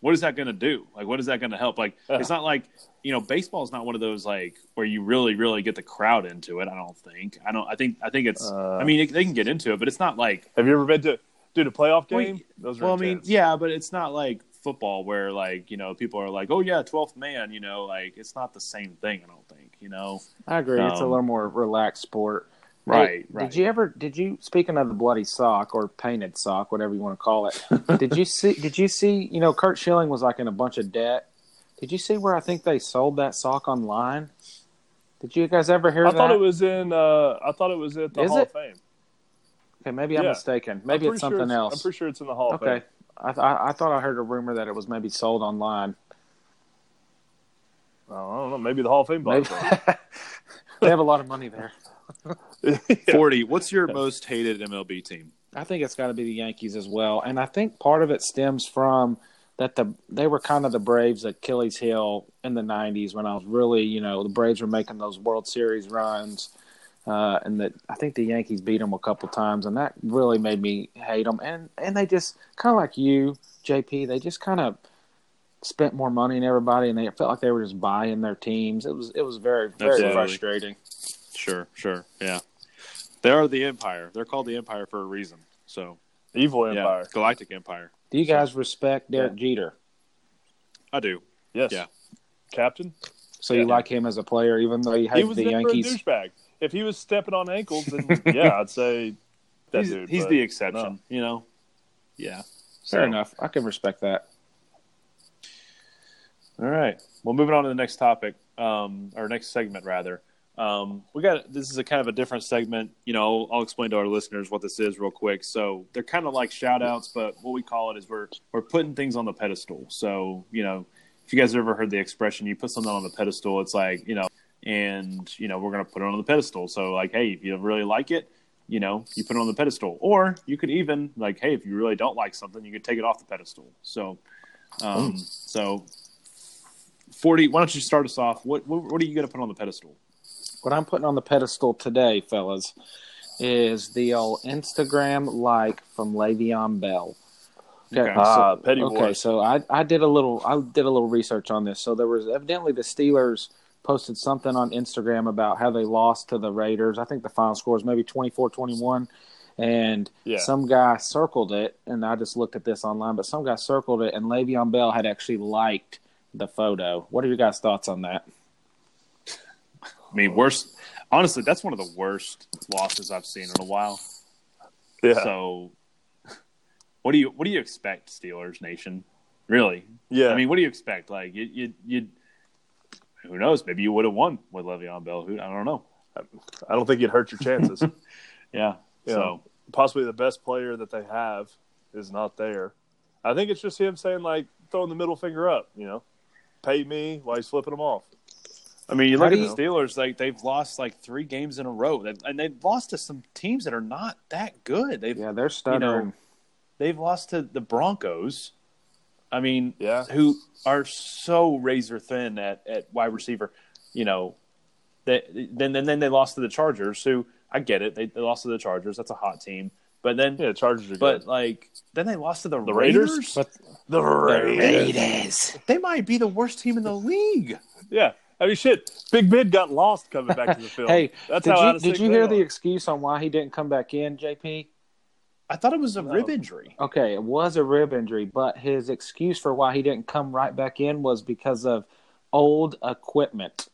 what is that going to do? Like what is that going to help? Like
<laughs>
it's not like you know baseball is not one of those like where you really really get the crowd into it. I don't think. I don't. I think. I think it's.
Uh,
I mean it, they can get into it, but it's not like
Have you ever been to dude a playoff
Well,
game? Those are
well, I mean,
intense.
yeah, but it's not like football where like you know people are like, oh yeah, twelfth man, you know, like it's not the same thing. I don't think you know.
I agree. it's a
Um,
little more relaxed sport. Hey,
Right, right.
Did you ever? Did you? Speaking of the bloody sock or painted sock, whatever you want to call
<laughs>
it, did you see? Did you see? You know, Kurt Schilling was like in a bunch of debt. Did you see where I think they sold that sock online? Did you guys ever hear
I
that?
thought it was in. Uh, I thought it was at the
Is
Hall
it?
of Fame.
okay, maybe I'm
yeah.
mistaken.
I'm
Maybe
pretty
it's
sure
something else.
I'm pretty sure it's in the Hall of
okay,
Fame.
I, th- I I thought I heard a rumor that it was maybe sold online.
Oh, I don't know. Maybe the Hall of Fame. bought
Maybe.
it. <laughs>
<laughs> they have a lot of money there.
Forty. What's your most hated MLB team?
I think it's got to be the Yankees as well, and I think part of it stems from that the they were kind of the Braves Achilles heel in the '90s when I was really, you know, the Braves were making those World Series runs, uh, and that I think the Yankees beat them a couple times, and that really made me hate them. And and they just kind of like you, JP, they just kind of spent more money than everybody, and they it felt like they were just buying their teams. It was it was very very
Absolutely.
frustrating.
Sure, sure, yeah. They are the Empire. They're called the Empire for a reason. So
Evil
yeah,
Empire.
Galactic Empire.
Do you guys respect Derek Jeter?
I do.
Yes.
Yeah.
Captain.
So you
Yeah.
like him as a player, even though you hate
he was
the
never
Yankees.
a douchebag. If he was stepping on
<laughs>
ankles, then yeah, I'd say that
he's
dude.
he's
but
the
no.
exception. You know. Yeah.
Fair
So-
enough. I can respect that.
All right. Well, moving on to the next topic, um, or next segment rather. Um, we got this is a kind of a different segment. You know, I'll explain to our listeners what this is real quick. So they're kind of like shout outs, but what we call it is we're we're putting things on the pedestal. So you know, if you guys have ever heard the expression, you put something on the pedestal, it's like you know, and you know, we're gonna put it on the pedestal. So like, hey, if you really like it, you know, you put it on the pedestal, or you could even like, hey, if you really don't like something, you could take it off the pedestal. So, um, so 40 why don't you start us off what what, what are you going to put on the pedestal
What I'm putting on the pedestal today, fellas, is the old Instagram like from Le'Veon Bell. Uh,
Okay.
Ah, petty
okay,
war.
so I, I did a little I did a little research on this. So there was evidently the Steelers posted something on Instagram about how they lost to the Raiders. I think the final score was maybe 24 21. And
Yeah.
some guy circled it, and I just looked at this online, but some guy circled it, and Le'Veon Bell had actually liked the photo. What are your guys' thoughts on that?
I mean, worst. Honestly, that's one of the worst losses I've seen in a while.
Yeah.
So, what do you what do you expect, Steelers Nation? Really?
yeah.
I mean, what do you expect? Like you you you. Who knows? Maybe you would have won with Le'Veon Bell. Who I don't know.
I don't think it hurt
<laughs>
your chances.
Yeah.
Yeah.
So
Possibly the best player that they have is not there. I think it's just him saying, like, throwing the middle finger up, you know, pay me while he's flipping them off.
I mean, you
How
look at
do
the Steelers. Like they've lost like three games in a row, They've- and they've lost to some teams that are not that good. They've
Yeah, they're stuttering.
they've lost to the Broncos. I mean,
Yeah.
who are so razor thin at, at wide receiver. You know, they, then then then they lost to the Chargers. Who I get it, they, they lost to the Chargers. That's a hot team. But then,
Yeah, Chargers are
but
good.
like then they lost to the,
The
Raiders.
Raiders?
But
The
they might be the worst team in the league.
Yeah. I mean, shit, Big Bid got lost coming
<laughs>
back to the field.
Hey,
that's
did
how out
you did
of sync
you
they
hear
are.
the excuse on why he didn't come back in, JP?
I thought it was a
No.
rib injury.
Okay, it was a rib injury, but his excuse for why he didn't come right back in was because of old equipment.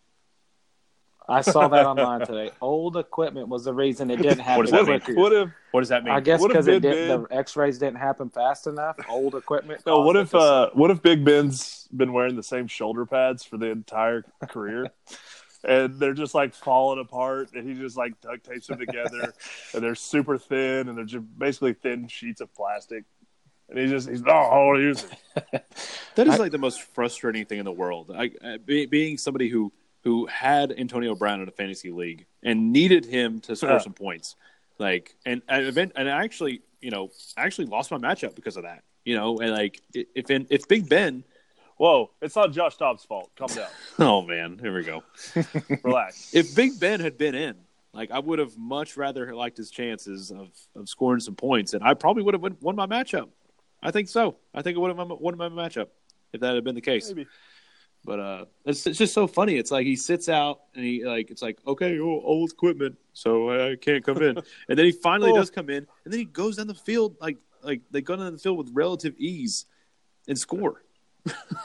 I saw
<laughs>
that online today. Old equipment was the reason it didn't happen
does that mean?
quicker.
What if
What does that mean?
I guess
what if
because it
Big
didn't, the X-rays didn't happen fast enough. Old equipment.
no? What
caused
if
it to-
uh, what if Big Ben's been wearing the same shoulder pads for the entire
<laughs>
career, and they're just like falling apart, and he just like duct tapes them
<laughs>
together, and they're super thin, and they're just basically thin sheets of plastic, and he's just he's not oh, he's
That is like the most frustrating thing in the world. I, I, be, being somebody who who had Antonio Brown in a fantasy league and needed him to score
Yeah.
some points, like and and, event, and I actually you know I actually lost my matchup because of that. You know, and like i- if in, if Big Ben,
whoa, it's not Josh Dobbs' fault. Calm down,
<laughs> oh man, here we go.
relax.
If Big Ben had been in, like I would have much rather liked his chances of of scoring some points, and I probably would have won- won my matchup. I think so. I think I would have won my matchup if that had been the case.
Maybe.
But uh, it's, it's just so funny. It's like he sits out and he like it's like okay, oh, old equipment, so I can't come <laughs> in. and then he finally
Oh.
does come in, and then he goes down the field like like they go down the field with relative ease and score.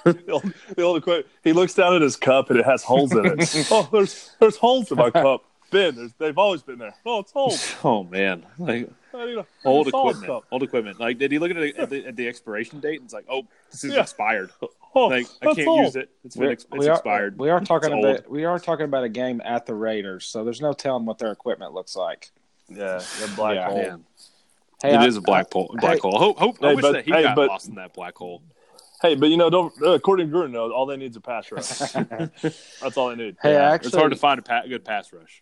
The old, the old equipment. He looks down at his cup and it has holes in
<laughs>
it. oh, there's there's holes in my cup. Ben, there's, they've always been there. Oh, it's holes.
<sighs> Oh man, like
I need a- I need a solid
old equipment,
cup.
old equipment. Like did he look at, it, at, the, at the expiration date and it's like, oh, this is
Yeah.
expired.
Oh,
Like I
that's
can't
old.
use it. It's been
We're-
ex- it's
we are,
expired.
We are talking
<laughs> It's
about we are talking about a game at the Raiders, so there's no telling what their equipment looks like.
<laughs> Yeah, the black
Yeah.
hole.
Oh, Man,
Hey,
it
I-
is a black hole. Black
hey-
hole. Hope, hope, I
Hey,
wish
but-
that he
hey,
got
but-
lost in that black hole.
Hey, but you know, don't uh, according to Gruden, though, all they need is a pass rush. That's all they need.
Hey,
Yeah,
actually,
it's hard to find a pa- good pass rush.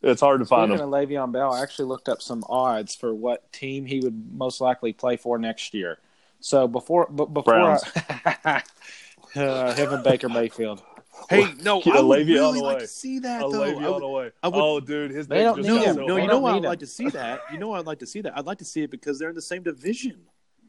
It's hard to find
Speaking
them.
of Le'Veon Bell, I actually looked up some odds for what team he would most likely play for next year. So before, but before
Browns.
I, <laughs> uh, him and Baker Mayfield,
Hey, <laughs> no,
Get
I would
Le'Veon away.
really like to see that though. I
Olave
would-
on the way.
I would-
Oh, dude, his
They don't
neck just
need
got
no,
him.
so
no,
They
you
hard.
know
don't
why I'd
need
like
him.
to see that. You know why I'd like to see that. I'd like to see it because they're in the same division.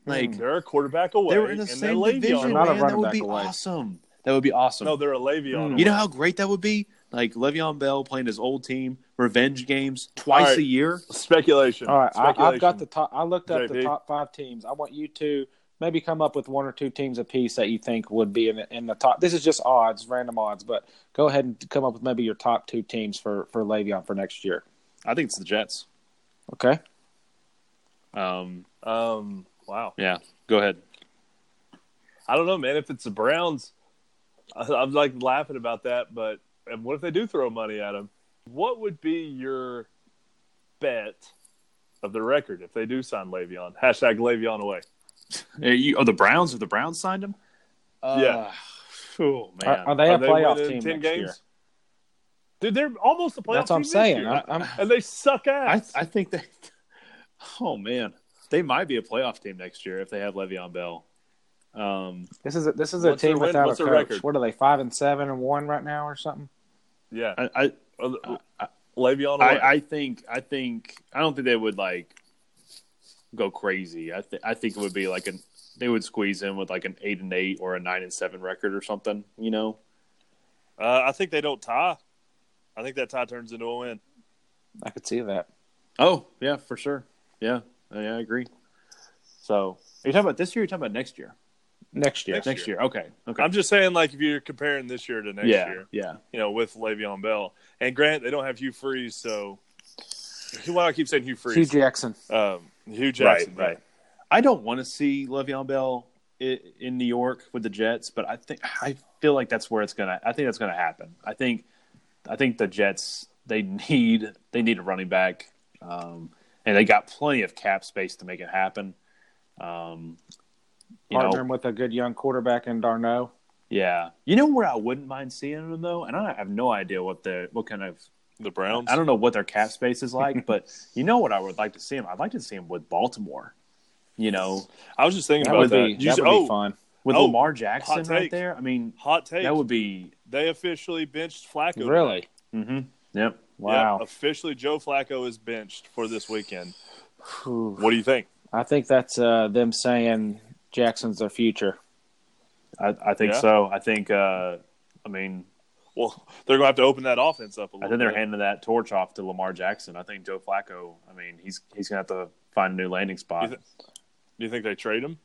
Like
they're a quarterback away.
they were in the
and they're
same
Le'Veon.
division,
Not a
man. That
running
would
back
be
away.
awesome. That would be awesome.
No, they're a Le'Veon.
Mm. you know
away.
how great that would be? Like Le'Veon Bell playing his old team, revenge games twice
All right.
a year.
speculation.
All right, I,
speculation.
I've got the top. I looked up the
JP.
top five teams. I want you to maybe come up with one or two teams apiece that you think would be in the, in the top. This is just odds, random odds, but go ahead and come up with maybe your top two teams for for Le'Veon for next year.
I think it's the Jets.
Okay,
Um,
Um, wow.
yeah, go ahead.
I don't know, man. If it's the Browns, I, I'm like laughing about that. But and what if they do throw money at him? What would be your bet of the record if they do sign Le'Veon? Hashtag Le'Veon away.
Are you, oh, the Browns? Have the Browns signed him?
Yeah.
Uh, oh man.
are, are they a
Are they
playoff
winning
team next year?
Dude, they're almost a
That's
playoff team
what I'm
this
saying.
year.
I, I'm,
and they suck
I,
ass.
I think they. <laughs> Oh man, they might be a playoff team next year if they have Le'Veon Bell. Um,
This is a, this is a
What's
team
their win-
without
what's
a
their
coach.
record?
What are they? Five and seven and one right now, or something?
yeah,
I, I,
Uh,
I-
Le'Veon away.
I, I think, I think, I don't think they would like go crazy. I, th- I think it would be like an they would squeeze in with like an eight and eight or a nine and seven record or something. You know,
Uh, I think they don't tie. I think that tie turns into a win.
I could see that. Oh yeah, for sure. Yeah, yeah, I agree. So are you talking about this year? Or are you talking about next year?
next year.
Next
Next year. Okay. Okay.
I'm just saying, like, if you're comparing this year to next
yeah.
year,
Yeah.
you know, with Le'Veon Bell and Grant, they don't have Hugh Freeze, so why do I keep saying Hugh
Hugh
Freeze?
Jackson.
um, Hugh Jackson,
right, right. I don't want to see Le'Veon Bell i- in New York with the Jets, but I think I feel like that's where it's gonna. I think that's gonna happen. I think, I think the Jets they need they need a running back, um, and they got plenty of cap space to make it happen. Um, you know,
Partnering with a good young quarterback in Darno.
yeah. You know where I wouldn't mind seeing them though, and I have no idea what the what kind of
The Browns.
I don't know what their cap space is like, but you know what I would like to see him. I'd like to see him with Baltimore. You know,
I was just thinking
That
about
would
that.
be,
You
that
said-
would
oh,
be fun.
with
Oh,
Lamar Jackson
hot
right
take.
there. I mean,
hot take.
that would be.
they officially benched Flacco.
Really?
Mm-hmm, yep.
Wow.
Yeah, officially, Joe Flacco is benched for this weekend. What do you think?
I think that's uh, them saying Jackson's their future.
I, I think
Yeah.
so. I think. Uh, I mean,
Well, they're going to have to open that offense up a little.
I think they're
bit.
handing that torch off to Lamar Jackson. I think Joe Flacco. I mean, he's he's gonna have to find a new landing
You
spot.
thi- Do you think they trade him?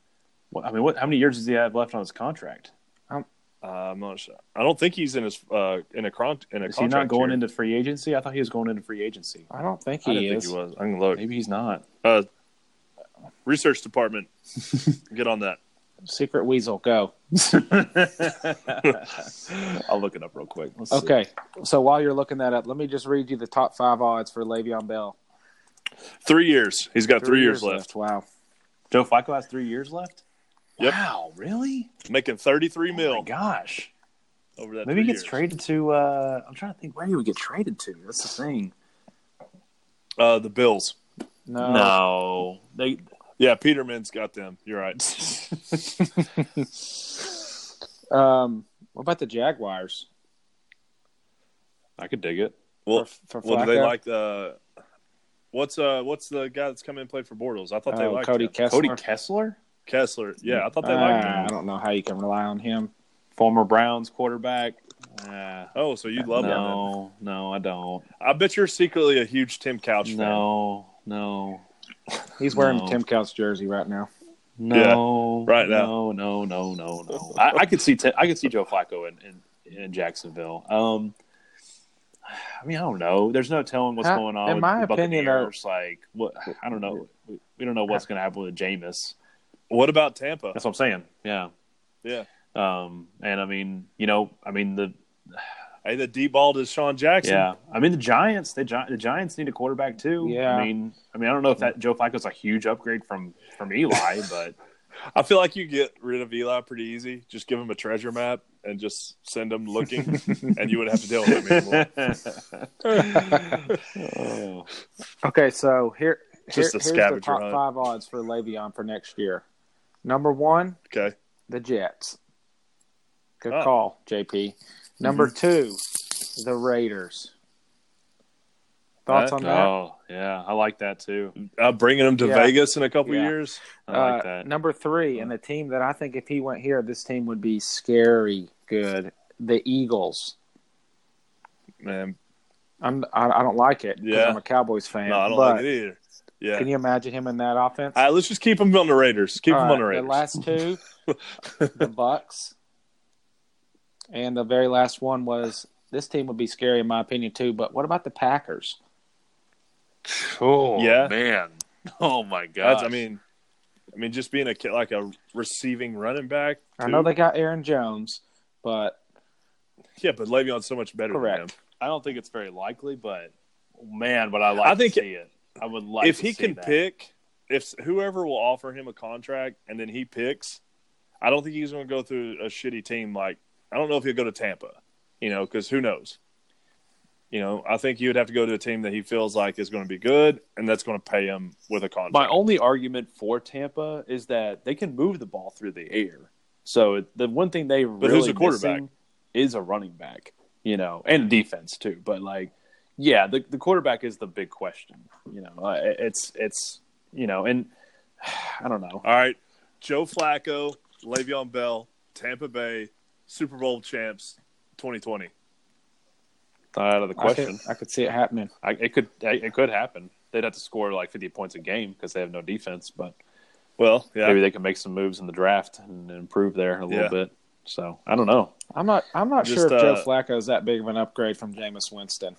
What- I mean, what? How many years does he have left on his contract?
Uh, I'm not sure. I don't think he's in his uh, in a con- in a
Is he
contract
not going
year.
into free agency? I thought he was going into free agency.
I don't think
I didn't
he
think
is.
he was. I'm gonna look.
Maybe
<laughs>
he's not.
Uh,
<laughs>
Research department, get on that.
Secret Weasel, go.
<laughs> I'll look it up real quick. Let's see.
Okay. So while you're looking that up, let me just read you the top five odds for Le'Veon Bell.
Three years. He's got three, years, left.
Wow.
Joe Flacco has three years left.
Yep.
Wow, really?
making 33
Oh my
mil
gosh.
over that.
Maybe he
three
gets
years.
traded to. Uh, I'm trying to think where he would get traded to. That's the thing. Uh,
Uh, the Bills.
No.
no, <laughs> they.
Yeah, Peterman's got them. You're right.
Um, what about the Jaguars?
I could dig it.
Well,
for, for
well, do they
Flacco?
like the what's uh what's the guy that's come in and played for Bortles? I thought they
Oh,
liked
Cody
him.
Kessler.
Cody Kessler,
Kessler. Yeah, I thought they
Ah,
liked
I
him.
don't know how you can rely on him.
former Browns quarterback. Uh,
Oh, so you love him?
no, no, I don't.
then. I bet you're secretly a huge Tim Couch fan.
No, no,
He's wearing
No.
Tim Couch jersey right now.
no.
right now.
No, no, no, no, <laughs> no. I, I could see. Te- I could see Joe Flacco in, in, in Jacksonville. Um, I mean, I don't know. There's no telling what's
Huh,
going on.
in
with
my
the
opinion, though-
Buccaneers. like what? I don't know. We, we don't know what's going to happen with Jameis.
What about Tampa?
That's what I'm saying. Yeah.
Yeah.
Um, and I mean, you know, I mean the
Hey, the D ball to Sean Jackson.
yeah, I mean the Giants. They Gi- the Giants need a quarterback too.
Yeah.
I mean, I mean, I don't know if that Joe Flacco's a huge upgrade from from Eli, but
I feel like you get rid of Eli pretty easy. Just give him a treasure map and just send him looking, and you wouldn't have to deal with him anymore. <laughs>
Oh.
Okay, so here, here
Just a
here's the
scavenger
top
hunt.
five odds for Le'Veon for next year. Number one,
Okay.
the Jets. Good
Oh.
call, JP. Number
Mm-hmm.
two, the Raiders. <laughs> Thoughts
Uh,
on that?
oh yeah, I like that too.
Uh, bringing him to
Yeah.
Vegas in a couple
Yeah.
years.
I
Uh,
like that.
Number three, and the team that I think if he went here, this team would be scary good. The Eagles.
Man,
I'm, I, I don't like it because
Yeah.
I'm a Cowboys fan.
no, I don't
but
like it either. Yeah.
Can you imagine him in that offense?
All right, let's just keep him on the Raiders. Keep him
All
on the
right,
Raiders.
The last
<laughs>
two, the Bucks, and the very last one was this team would be scary in my opinion too. But what about the Packers?
Oh
Yeah.
man. <laughs> Oh my god.
That's, I mean, I mean, just being a ki- like a receiving running back.
I
too.
know they got Aaron Jones, but
yeah, but Le'Veon's so much better
Correct.
than him.
I don't think it's very likely, but man, but I like.
I
to
think-
see it. I would like
if
to
he
see
can
that.
pick, if whoever will offer him a contract and then he picks, I don't think he's going to go through a shitty team. Like I don't know if he'll go to Tampa, you know, because who knows? You know, I think he would have to go to a team that he feels like is going to be good and that's going to pay him with a contract.
My only argument for Tampa is that they can move the ball through the air. So it, the one thing they
who's
really
the quarterback?
missing is a running back, you know, and defense too. But like, yeah, the, the quarterback is the big question. You know, Uh, it- it's it's you know, and <sighs> I don't know.
All right, Joe Flacco, Le'Veon Bell, Tampa Bay, Super Bowl champs, 2020.
Not out of the
I could-
question.
I could see it happening.
I, it could it could happen. They'd have to score like 50 points a game because they have no defense, but
Well, yeah.
maybe they can make some moves in the draft and improve there a little
Yeah.
bit. So I don't know.
I'm not. I'm not
Just,
sure if Joe
uh,
Flacco is that big of an upgrade from Jameis Winston.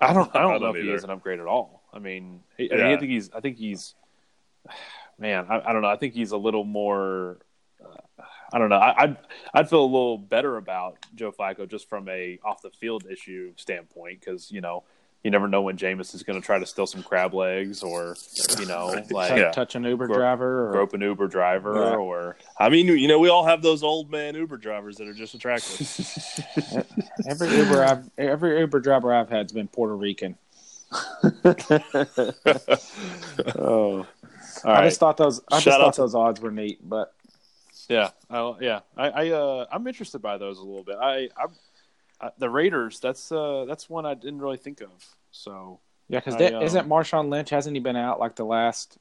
I don't. I don't,
I
know
don't
if he
either.
is an upgrade at all. I mean, I, I,
Yeah.
think he's. I think he's. <sighs> Man, I, I don't know. I think he's a little more. Uh, I don't know. I, I'd I'd feel a little better about Joe Flacco just from a off the field issue standpoint because you know you never know when Jameis is going to try to steal some crab legs or you
<laughs>
know like
Touch,
Yeah.
touch an Uber
Gro-
driver. Or,
grope an Uber driver
Right.
or
I mean, you know, we all have those old man Uber drivers that are just attractive.
<laughs>
Every Uber I've every Uber driver I've had's been Puerto Rican.
oh.
I just thought those I just
Shout out
thought those odds were neat, but
Yeah, I, yeah. I, I uh, I'm interested by those a little bit. I, I, I the Raiders. That's uh, that's one I didn't really think of. So
yeah, because
I,
uh,
um,
isn't Marshawn Lynch hasn't he been out like the last?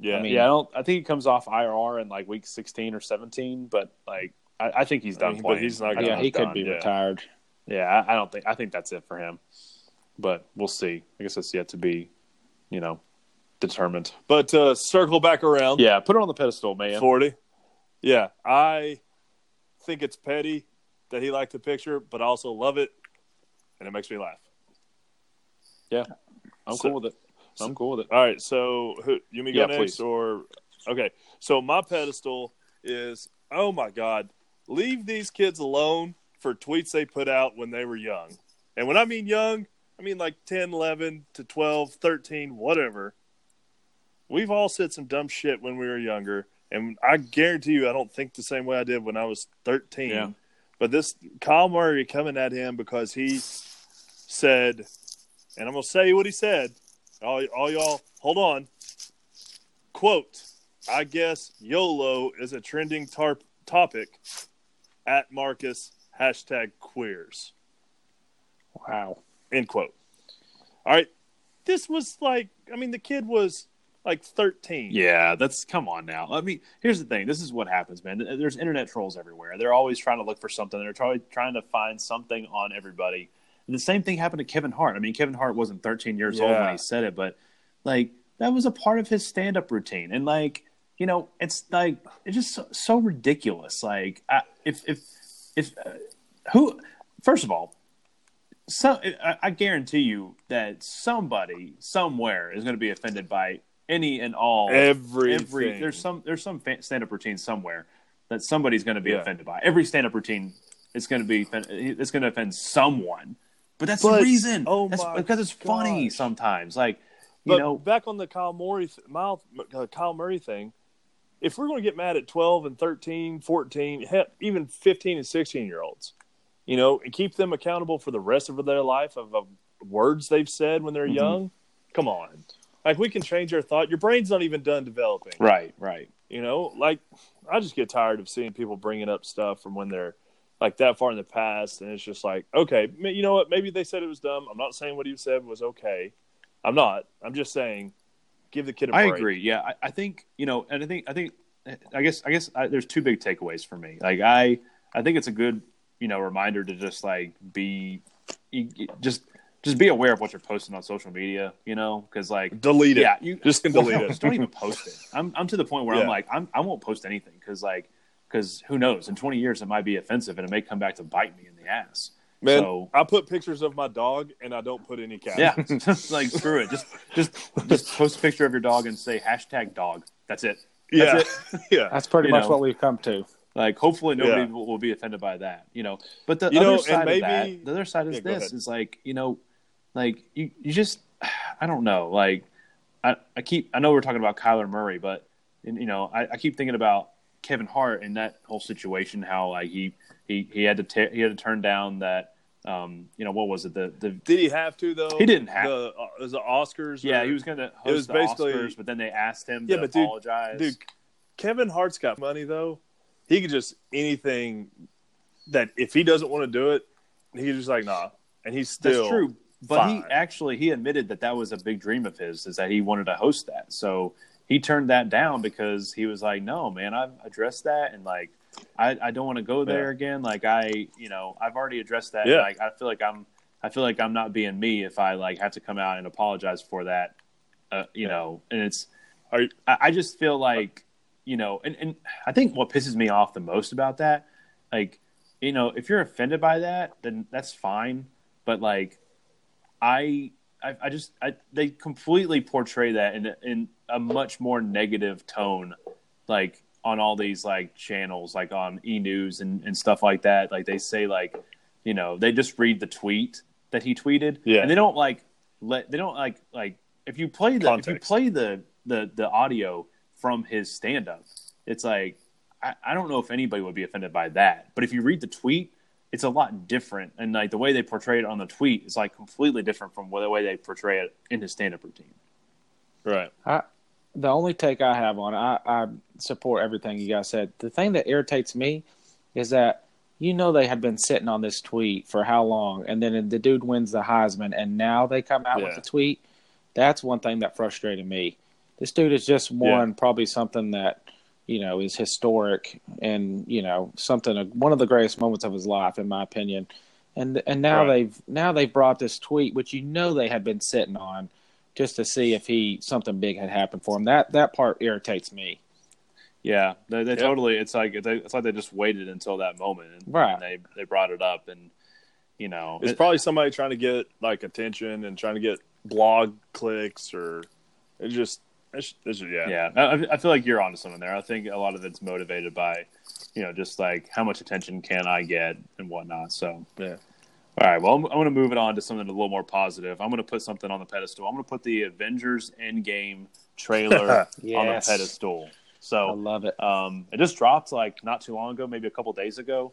yeah,
I mean-
yeah. I don't. I think he comes off IR in like week 16 or 17, but like I, I think he's done
But
playing.
he's not
I
gonna-
think
yeah,
he's
he could
done,
be
yeah.
retired.
Yeah, I, I don't think. I think that's it for him. But we'll see. I guess that's yet to be, you know, determined.
but uh, circle back around.
Yeah, put it on the pedestal, man.
40. Yeah, I think it's petty that he liked the picture, but I also love it, and it makes me laugh.
I'm
So-
cool with it. I'm cool with it.
All right, so who, you may go
Yeah,
next,
please.
or okay. So my pedestal is oh my god, leave these kids alone for tweets they put out when they were young, and when I mean young, I mean like 10, 11 to 12, 13, whatever. We've all said some dumb shit when we were younger, and I guarantee you, I don't think the same way I did when I was thirteen.
Yeah.
But this Kyle Murray coming at him because he said, and I'm gonna say what he said. All, all y'all, hold on. Quote, I guess YOLO is a trending tarp topic at Marcus, hashtag queers,
Wow.
end quote. All right. This was like, I mean, the kid was like 13.
Yeah, that's come on now. I mean, here's the thing. This is what happens, man. There's internet trolls everywhere. They're always trying to look for something. They're trying trying to find something on everybody. And the same thing happened to Kevin Hart. I mean, Kevin Hart wasn't 13 years old when
Yeah.
he said it, but like that was a part of his stand up routine. And like, you know, it's like it's just so, so ridiculous. Like, I, if if if uh, who first of all, so I, I guarantee you that somebody somewhere is going to be offended by any and all
Every,
every there's some there's some fan, stand-up routine somewhere that somebody's going to be
Yeah.
offended by. Every stand-up routine is going to be offend- it's going to offend someone. But that's
But-
the reason.
oh
that's
my
because it's funny
gosh.
sometimes. Like you
but
know,
back on the Kyle Murray, th- Mile, uh, Kyle Murray thing, if we're going to get mad at 12 and 13, 14, heck, even 15 and 16 year olds, you know, and keep them accountable for the rest of their life of, of words they've said when they're
Mhm.
young, come on. Like, we can change our thought. Your brain's not even done developing.
right, right.
You know, like, I just get tired of seeing people bringing up stuff from when they're like that far in the past. And it's just like, okay, ma- you know what? Maybe they said it was dumb. I'm not saying what he said was okay. I'm not. I'm just saying, give the kid a
I
break.
agree. Yeah, I, I think you know, and I think I think I guess I guess I, there's two big takeaways for me. Like I I think it's a good you know reminder to just like be you, you- just just be aware of what you're posting on social media. You know, because like
Delete it.
yeah, you <laughs>
Just can
well,
delete
no,
it.
Just don't even post it. I'm I'm to the point where I'm
Yeah.
like I'm I won't post anything because like because who knows in 20 years it might be offensive and it may come back to bite me in the ass.
Man,
So-
I put pictures of my dog and I don't put any cat. <laughs>
Yeah, <laughs> like screw it. Just just just post a picture of your dog and say hashtag dog. That's it.
yeah, yeah.
That's pretty
You
much
know.
what we've come to.
Like, hopefully, nobody
Yeah.
will, will be offended by that, you know. But the
You
other
know, and
side
maybe-
of that, the other side is
Yeah, go
this:
ahead.
is like, you know, like you, you just, <sighs> I don't know. Like, I, I keep, I know we're talking about Kyler Murray, but and, you know, I, I keep thinking about Kevin Hart and that whole situation. How like he, he, he had to, tear he had to turn down that, um, you know, what was it? The, the,
Did he have to though?
He didn't have-
the uh, it was the Oscars.
yeah,
or-
he was gonna host
It was
the
basically-
Oscars, but then they asked him
Yeah,
to
but dude-
apologize.
dude. Kevin Hart's got money though. He could just anything that if he doesn't want to do it, he's just like nah, and he's still
That's true. But he
fine.
actually he admitted that that was a big dream of his is that he wanted to host that. So he turned that down because he was like, "No, man, I've addressed that, and like, I, I don't want to go there again. Like, I, you know, I've already addressed that.
Yeah.
Like, I feel like I'm, I feel like I'm not being me if I like have to come out and apologize for that. Uh, you know, and it's
Are you-
I, I just feel like you know, and, and I think what pisses me off the most about that, like you know, if you're offended by that, then that's fine. But like, I I, I just I, they completely portray that in in a much more negative tone, like on all these like channels, like on E News and, and stuff like that. Like they say like, you know, they just read the tweet that he tweeted,
Yeah.
and they don't like let they don't like like if you play the if you
Context.
play the the the audio from his stand up, it's like I, I don't know if anybody would be offended by that, but if you read the tweet, it's a lot different and like the way they portray it on the tweet is like completely different from the way they portray it in his stand-up routine
right.
the only take I have on it, I, I support everything you guys said. The thing that irritates me is that you know they had been sitting on this tweet for how long, and then the dude wins the Heisman, and now they come out with
Yeah.
a tweet. That's one thing that frustrated me. This dude has just won probably something that you know is historic, and you know something one of the greatest moments of his life, in my opinion. And and now
Right.
they've now they've brought this tweet, which you know they had been sitting on just to see if he something big had happened for him. That that part irritates me.
yeah they, they
Yeah.
totally it's like they, it's like they just waited until that moment and,
Right.
and they they brought it up and you know
It's
it-
probably somebody trying to get like attention and trying to get blog clicks or it just it's, it's yeah.
yeah I, I feel like you're onto something there i think a lot of it's motivated by you know just like how much attention can i get and whatnot so
Yeah.
all right well i'm, I'm going to move it on to something a little more positive i'm going to put something on the pedestal i'm going to put the avengers endgame
<laughs>
trailer on the
Yes.
pedestal so
I love it.
Um, it just dropped like not too long ago, maybe a couple days ago.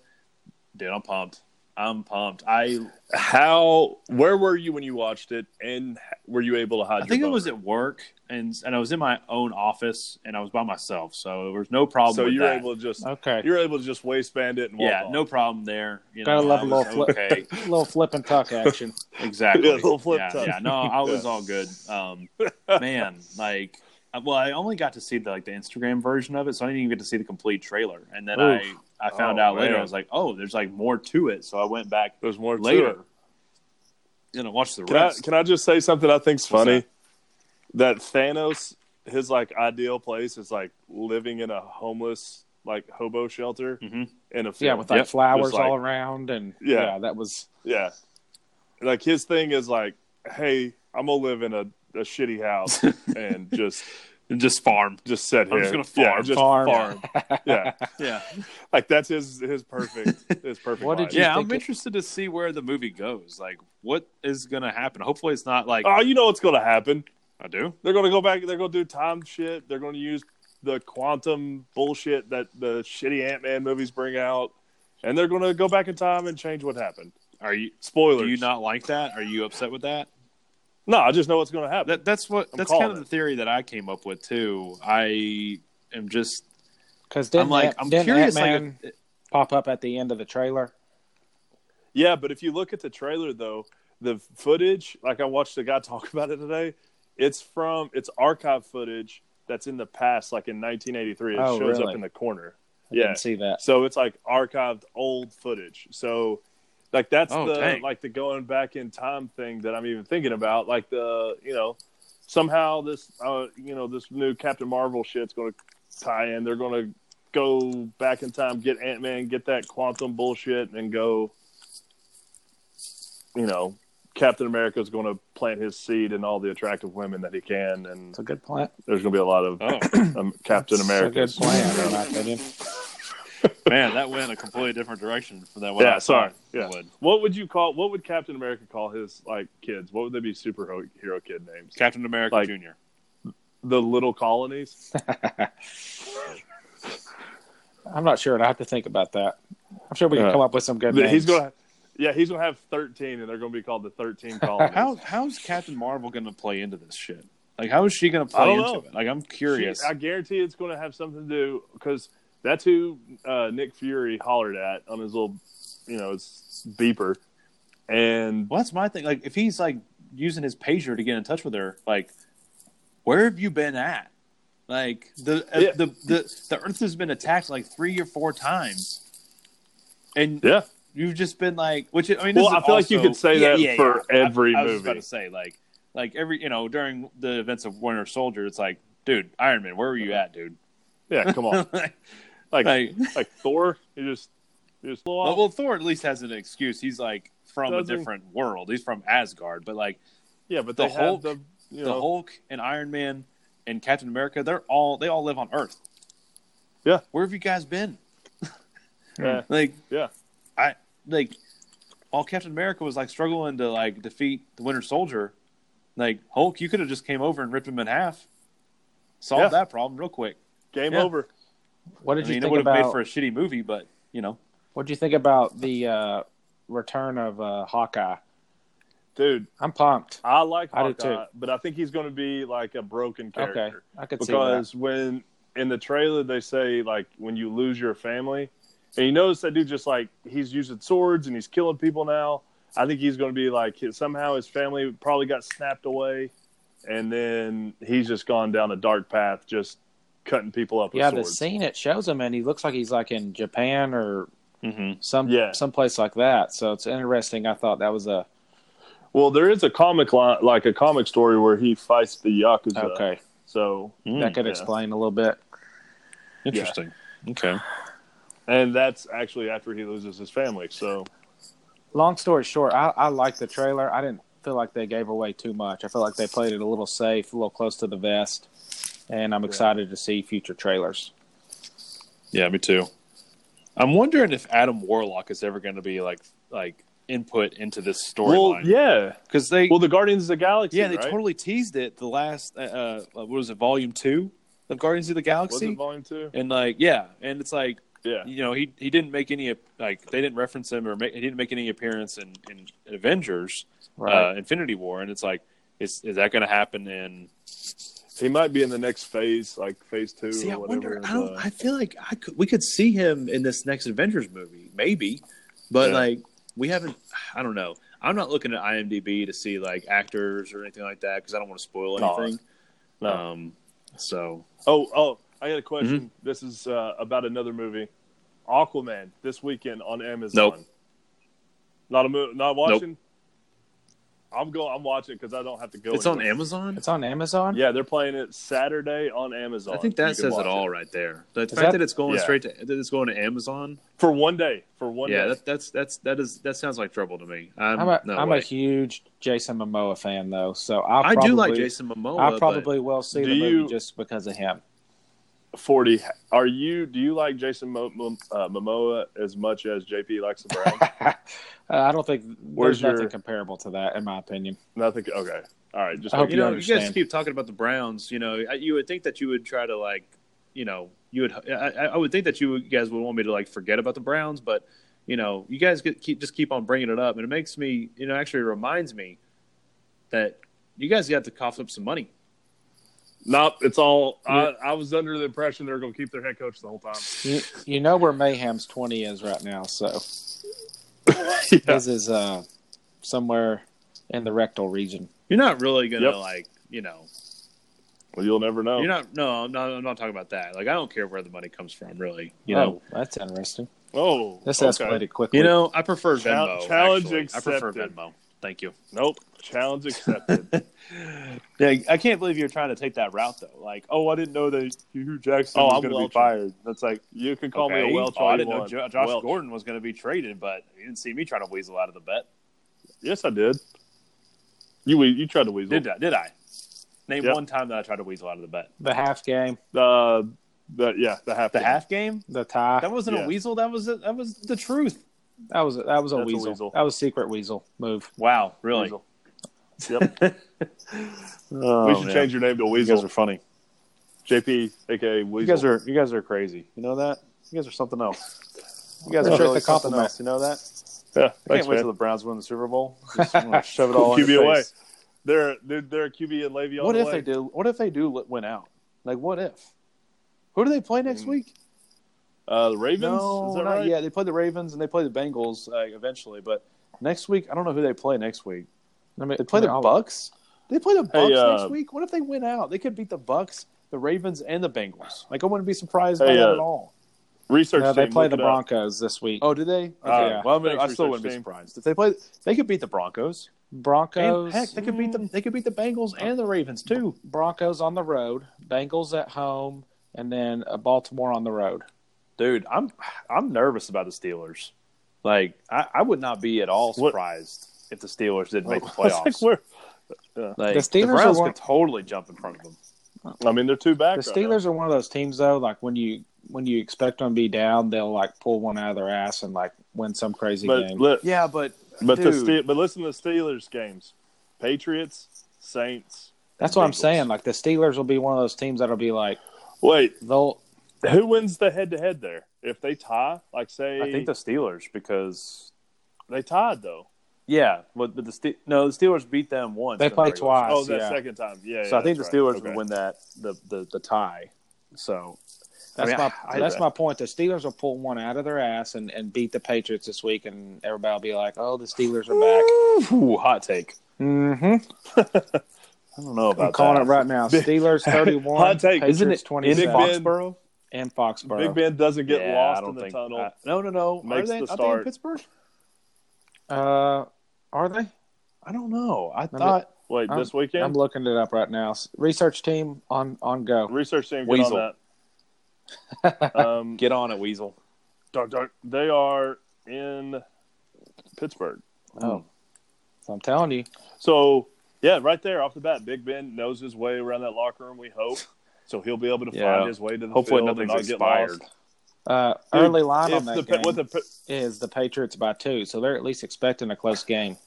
Dude, I'm pumped. I'm pumped. I
How where were you when you watched it and h- were you able to hide
I think
your
it was
boner?
at work, and and I was in my own office, and I was by myself, so there was no problem.
so
with
you were
that.
able to just
Okay,
you were able to just waistband it and walk
yeah,
off.
no problem there. You
Gotta
know,
love
I
a little
was
flip. <laughs>
Okay,
a little flip and tuck action.
exactly.
Yeah, little flip
yeah,
top.
yeah, no, I was
<laughs>
all good. Um, man, like, I- well, I only got to see the like the Instagram version of it, so I didn't even get to see the complete trailer. And then
Oof.
I I found
Oh,
out later,
man.
I was like, oh, there's like more to it. So I went back
There's more to
later.
it.
You know, watch the
Can I,
rest.
can I just say something I think's
What's
funny? That? Thanos, his like ideal place is like living in a homeless like hobo shelter
Mhm.
in a field.
Yeah, with like
Yep.
flowers
Just like-
all around, and
Yeah.
yeah. that was
Yeah. Like his thing is like, hey, I'm gonna live in a, a shitty
<laughs>
house and just
just farm.
just sit here.
I'm just gonna
Yeah,
farm.
just
Farm. <laughs>
farm. yeah,
Yeah,
like that's his his perfect his perfect.
What did
life.
you-
yeah. I'm
think it-
interested to see where the movie goes. Like, what is gonna happen? Hopefully, it's not like
Oh, you know what's gonna happen?
I do.
They're gonna go back. They're gonna do time shit. They're gonna use the quantum bullshit that the shitty Ant Man movies bring out, and they're gonna go back in time and change what happened.
Are you?
Spoilers.
Do you not like that? Are you upset with that?
No, I just know what's gonna happen.
That that's what
I'm
that's
calling
kind of the theory that I came up with too. I am just
because
I'm
didn't
like
Ant-
I'm
didn't
curious
Ant-Man
like if-
pop up at the end of the trailer?
Yeah, but if you look at the trailer though, the footage, like I watched a guy <laughs> talk about it today, it's from it's archive footage that's in the past, like in 1983. It
Oh,
shows up
really?
in the corner.
I
yeah,
didn't see that.
so it's like archived old footage. So, like that's
Oh,
the
dang.
like the going back in time thing that I'm even thinking about. Like the you know somehow this uh, you know this new Captain Marvel shit's going to tie in. They're going to go back in time, get Ant Man, get that quantum bullshit, and go. You know, Captain America's going to plant his seed in all the attractive women that he can, and
It's a good plan.
there's going to be a lot of
Oh. <coughs>
um, Captain
It's
America.
A good plan, in my opinion.
man, that went a completely different direction from that one.
Yeah,
I
sorry.
thought it
Yeah.
would.
What would you call? What would Captain America call his like kids? What would they be superhero kid names?
Captain America
Like-
Junior.
The Little Colonies.
I'm not sure, and I have to think about that. I'm sure we can
Yeah.
come up with some good.
Yeah, he's
names.
gonna. Yeah, he's gonna have thirteen, and they're gonna be called the Thirteen Colonies.
<laughs> How how's Captain Marvel going to play into this shit? Like, how is she going to
I
play
don't
into
know.
it? Like, I'm
She-
curious.
I guarantee it's gonna have something to do because that's who uh, Nick Fury hollered at on his little, you know, his beeper, and
Well, that's my thing. Like, if he's like using his pager to get in touch with her, like, where have you been at? Like the uh,
Yeah.
the the the Earth has been attacked like three or four times, and
yeah,
you've just been like, which I mean, this
Well, I
is
feel like you
also-
could say
Yeah,
that
yeah,
for
yeah. I-
every
I, was just
movie.
about to say like, like every you know during the events of Winter Soldier, it's like, dude, Iron Man, where were you at, dude? <laughs>
yeah, come on.
like,
Like, like,
like,
Thor, you just, you just blow
well,
off.
well, Thor at least has an excuse. He's like from
Doesn't-
a different world. He's from Asgard, but like
yeah, but
the
they
Hulk-
have the, you
the
know,
Hulk and Iron Man and Captain America, they're all they all live on Earth.
Yeah.
Where have you guys been?
Yeah.
Like
Yeah.
I like while Captain America was like struggling to like defeat the Winter Soldier, like Hulk, you could have just came over and ripped him in half. Solved
Yeah.
that problem real quick.
game
yeah.
over.
What did
I
you
mean, it
think
would have
about?
made for a shitty movie, but you know.
What did you think about the uh, return of uh, Hawkeye?
Dude,
I'm pumped.
I like
I do
Hawkeye, but I think he's going to be like a broken character.
Okay, I could see
because when in the trailer they say like when you lose your family and you notice that dude just like he's using swords and he's killing people now i think he's going to be like his- somehow his family probably got snapped away and then he's just gone down a dark path just cutting people up
that. Yeah, the
with swords
scene it shows him, and he looks like he's like in Japan or
Mm-hmm.
some
Yeah.
someplace like that. So it's interesting. I thought that was a
well there is a comic line like a comic story where he fights the yakuza
okay.
so
hmm,
that could
yeah.
explain a little bit.
Interesting. Okay.
and that's actually after he loses his family so
Long story short, I, I like the trailer. I didn't feel like they gave away too much. I feel like they played it a little safe, a little close to the vest, and I'm excited to see future trailers.
Yeah, me too. I'm wondering if Adam Warlock is ever going to be like like input into this
well
storyline.
yeah
because they
well the guardians of the galaxy
yeah they
right?
totally teased it the last uh, uh what was it volume two of Guardians of the
was
Galaxy
it volume two
and like yeah and it's like
yeah
you know he he didn't make any like they didn't reference him or make, he didn't make any appearance in in Avengers
Right.
uh, Infinity War and it's like is is that going to happen in
He might be in the next phase, like phase two
See, I
or whatever. uh,
wonder. I don't.
but-
I feel like I could. We could see him in this next Avengers movie, maybe, but
Yeah.
like we haven't. I don't know. I'm not looking at IMDb to see like actors or anything like that because I don't want to spoil
No.
anything.
No.
Um. So
oh, oh, I got a question.
Mm-hmm.
This is uh, about another movie, Aquaman, this weekend on Amazon.
Nope.
Not a mo- Not watching. I'm going. I'm watching because I don't have to go.
it's on
anywhere.
Amazon.
It's on Amazon.
Yeah, they're playing it Saturday on Amazon.
I think
You can
that says
watch
it all right there. The fact
that-
that, it's going
Yeah.
straight to that it's going to Amazon.
for one day. For one
yeah,
day.
that, that's that's that is that sounds like trouble to me. I'm,
I'm a,
no
am
way.
a huge Jason Momoa fan though, so I'll
I
probably,
do like Jason Momoa.
I
but-
probably will see the
Do
movie
you-
just because of him.
Forty. Are you? Do you like Jason Mo- Mo- uh, Momoa as much as JP likes the
<laughs>
Brown?
Uh, I don't think there's
Where's your-
nothing comparable to that, in my opinion.
Nothing. Okay. All right. Just
I hope
making
you know,
sure.
you guys
understand.
keep talking about the Browns. You know, I- you would think that you would try to like, you know, you would. I, I- I would think that you guys would want me to like forget about the Browns, but you know, you guys get, keep just keep on bringing it up, and it makes me, you know, actually reminds me that you guys got to cough up some money.
Nope, it's all. I, I was under the impression they're going to keep their head coach the whole
<laughs>
time.
You, you know where Mayhem's twenty is right now, so his is uh, somewhere in the rectal region.
You're not really gonna
Yep. Oh.
like, you know,
Well, you'll never know.
you're not. No, I'm not. I'm not talking about that. Like, I don't care where the money comes from, really. You know,
oh, that's interesting.
oh,
This
okay.
escalated quickly.
you know, I prefer
Chal-
Venmo.
challenge
actually. I prefer
accepted.
Venmo. Thank you.
Nope. Challenge accepted.
Yeah, I can't believe you're trying to take that route though. Like, oh, I didn't know that <laughs> Hugh Jackson
Oh,
was
I'm
going to
Welch.
be fired. That's like,
you can call
okay.
me a Welch.
oh,
all
I
you
didn't know
want.
Jo- Josh
Welch.
Gordon was going to be traded, but you didn't see me trying to weasel out of the bet.
Yes, I did. You we- you tried to weasel.
Did I? Did I? Name
Yep.
one time that I tried to weasel out of the bet.
the half game,
Uh, the, yeah, the half.
The
game.
half game?
the tie.
That wasn't
Yeah.
a weasel. That was a, that was the truth.
That was that was a,
That's a
weasel.
weasel.
That was secret weasel move.
Wow, really?
Weasel. Yep.
<laughs> Oh,
we should
man.
change your name to
You guys
Weasel.
are funny.
JP, aka Weasel.
You guys are you guys are crazy. You know that? You guys are something else. You
Appreciate
guys are really
the
something
compliment.
else. You know that?
yeah,
I
thanks,
can't wait till
man.
the Browns win the Super Bowl.
<laughs>
Just I'm gonna shove it all in
QB
your
away.
face.
They're they're, they're a QB and Le'Veon.
What if
away.
they do? What if they do li- win out? Like, what if? Who do they play next
Mm.
week?
Uh, the Ravens.
no,
is that
not
right?
yet. They play the Ravens and they play the Bengals uh, eventually, but next week I don't know who they play next week.
I mean,
They play the
I'll-
Bucks. They play the Bucks
uh,
next week. What if they win out? They could beat the Bucks, the Ravens, and the Bengals. Like, I wouldn't be surprised by
Hey,
that
uh,
at all.
Research
No, they
team,
play
look
the
it up.
Broncos this week.
Oh, did they? Okay.
Uh,
well, I, mean,
thanks,
I still
research
wouldn't be
team.
surprised if they play. They could beat the Broncos. And
Broncos.
heck, they could beat the they could beat the Bengals and the Ravens too.
Broncos on the road, Bengals at home, and then uh, Baltimore on the road.
Dude, I'm I'm nervous about the Steelers. Like, I, I would not be at all
What-
surprised if the Steelers didn't <laughs> make the
It's like
playoffs.
we're-
Like,
The
the
Steelers are
Browns
one-
could totally jump in front of them.
I mean, they're two back.
The
right now.
Steelers are one of those teams though, like when you when you expect them to be down, they'll like pull one out of their ass and like win some crazy
but
game.
li-
Yeah, but
but the
dude.
Ste- but listen to the Steelers games, Patriots, Saints.
That's what I'm
Bengals.
saying. Like the Steelers will be one of those teams that'll be like
Wait,
they'll
who wins the head to head there? If they tie, like say
I think the Steelers because
they tied though.
yeah, but, but the Ste- no the Steelers beat them once.
They
in the
played
regular season.
Us,
Oh, that
yeah.
second time, yeah.
So
yeah,
I think the
that's
Steelers
right.
would
Okay.
win that the the, the tie. So
that's
mean,
my
I- I-
that's my point. The Steelers will pull one out of their ass and, and beat the Patriots this week, and everybody'll be like, "Oh, the Steelers are back."
Ooh, hot take.
Mm-hmm.
I don't know about
I'm calling
that.
it right
<laughs>
now. Steelers 31,
Hot take.
Patriots
Isn't it-
twenty
In
Big
seven,
Ben-
Foxborough,
and Foxborough.
Big Ben doesn't get
Yeah, I
lost
don't
in the
think-
tunnel.
I- no, no, no.
Makes
are they,
the
are they in
start.
Pittsburgh?
Uh, are they?
I don't know. I
me-
thought
Wait,
I'm-
this weekend,
I'm looking it up right now. S- Research team on on go.
research team get
Weasel.
on
<laughs>
that. Um,
get on it, Weasel.
dark, dark. They are in Pittsburgh.
Oh, I'm telling you,
So yeah, right there off the bat, Big Ben knows his way around that locker room. We hope so. He'll be able to
Yeah.
find his way to the
Oh, Hopefully
field and
nothing's
not get
expired.
lost.
uh, early line
If
on that
the,
game
pa- with the, pa-
is the Patriots by two, so they're at least expecting a close
<laughs>
game.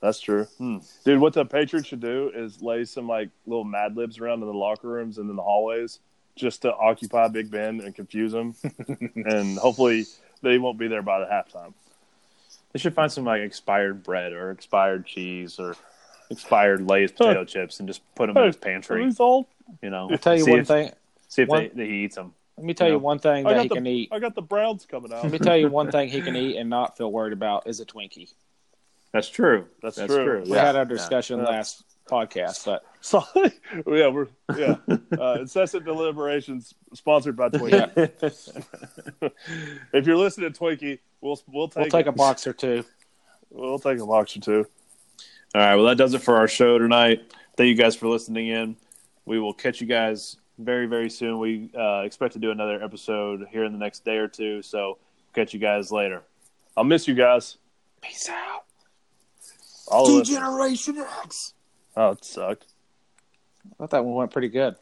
that's true,
Hmm.
dude. What the Patriots should do is lay some like little Mad Libs around in the locker rooms and in the hallways, just to occupy Big Ben and confuse
<laughs>
him, and hopefully they won't be there by the halftime.
They should find some like expired bread or expired cheese or expired Lay's potato chips and just put them in his pantry.
Result.
You know,
I'll tell you
see
one
if,
thing.
See if
one-
they, they eat them.
Let me tell you
Yeah.
one thing
I
that
got
he
the- <laughs>
can eat.
I got the Browns coming out.
Let me
<laughs>
tell you one thing he can eat and not feel worried about is a Twinkie.
That's true.
That's true.
We had our discussion
Yeah.
last podcast, but
So yeah, we're yeah. Uh, incessant deliberations sponsored by Twinkie.
yeah,
<laughs> If you're listening, Twinkie, we'll we'll take
we'll take a box or two.
we'll take a box or two.
All right. Well, that does it for our show tonight. Thank you guys for listening in. We will catch you guys very, very soon. We uh, expect to do another episode here in the next day or two. So, catch you guys later.
I'll miss you guys.
Peace out.
All of us.
Generation X.
Oh, it sucked.
I thought that one went pretty good.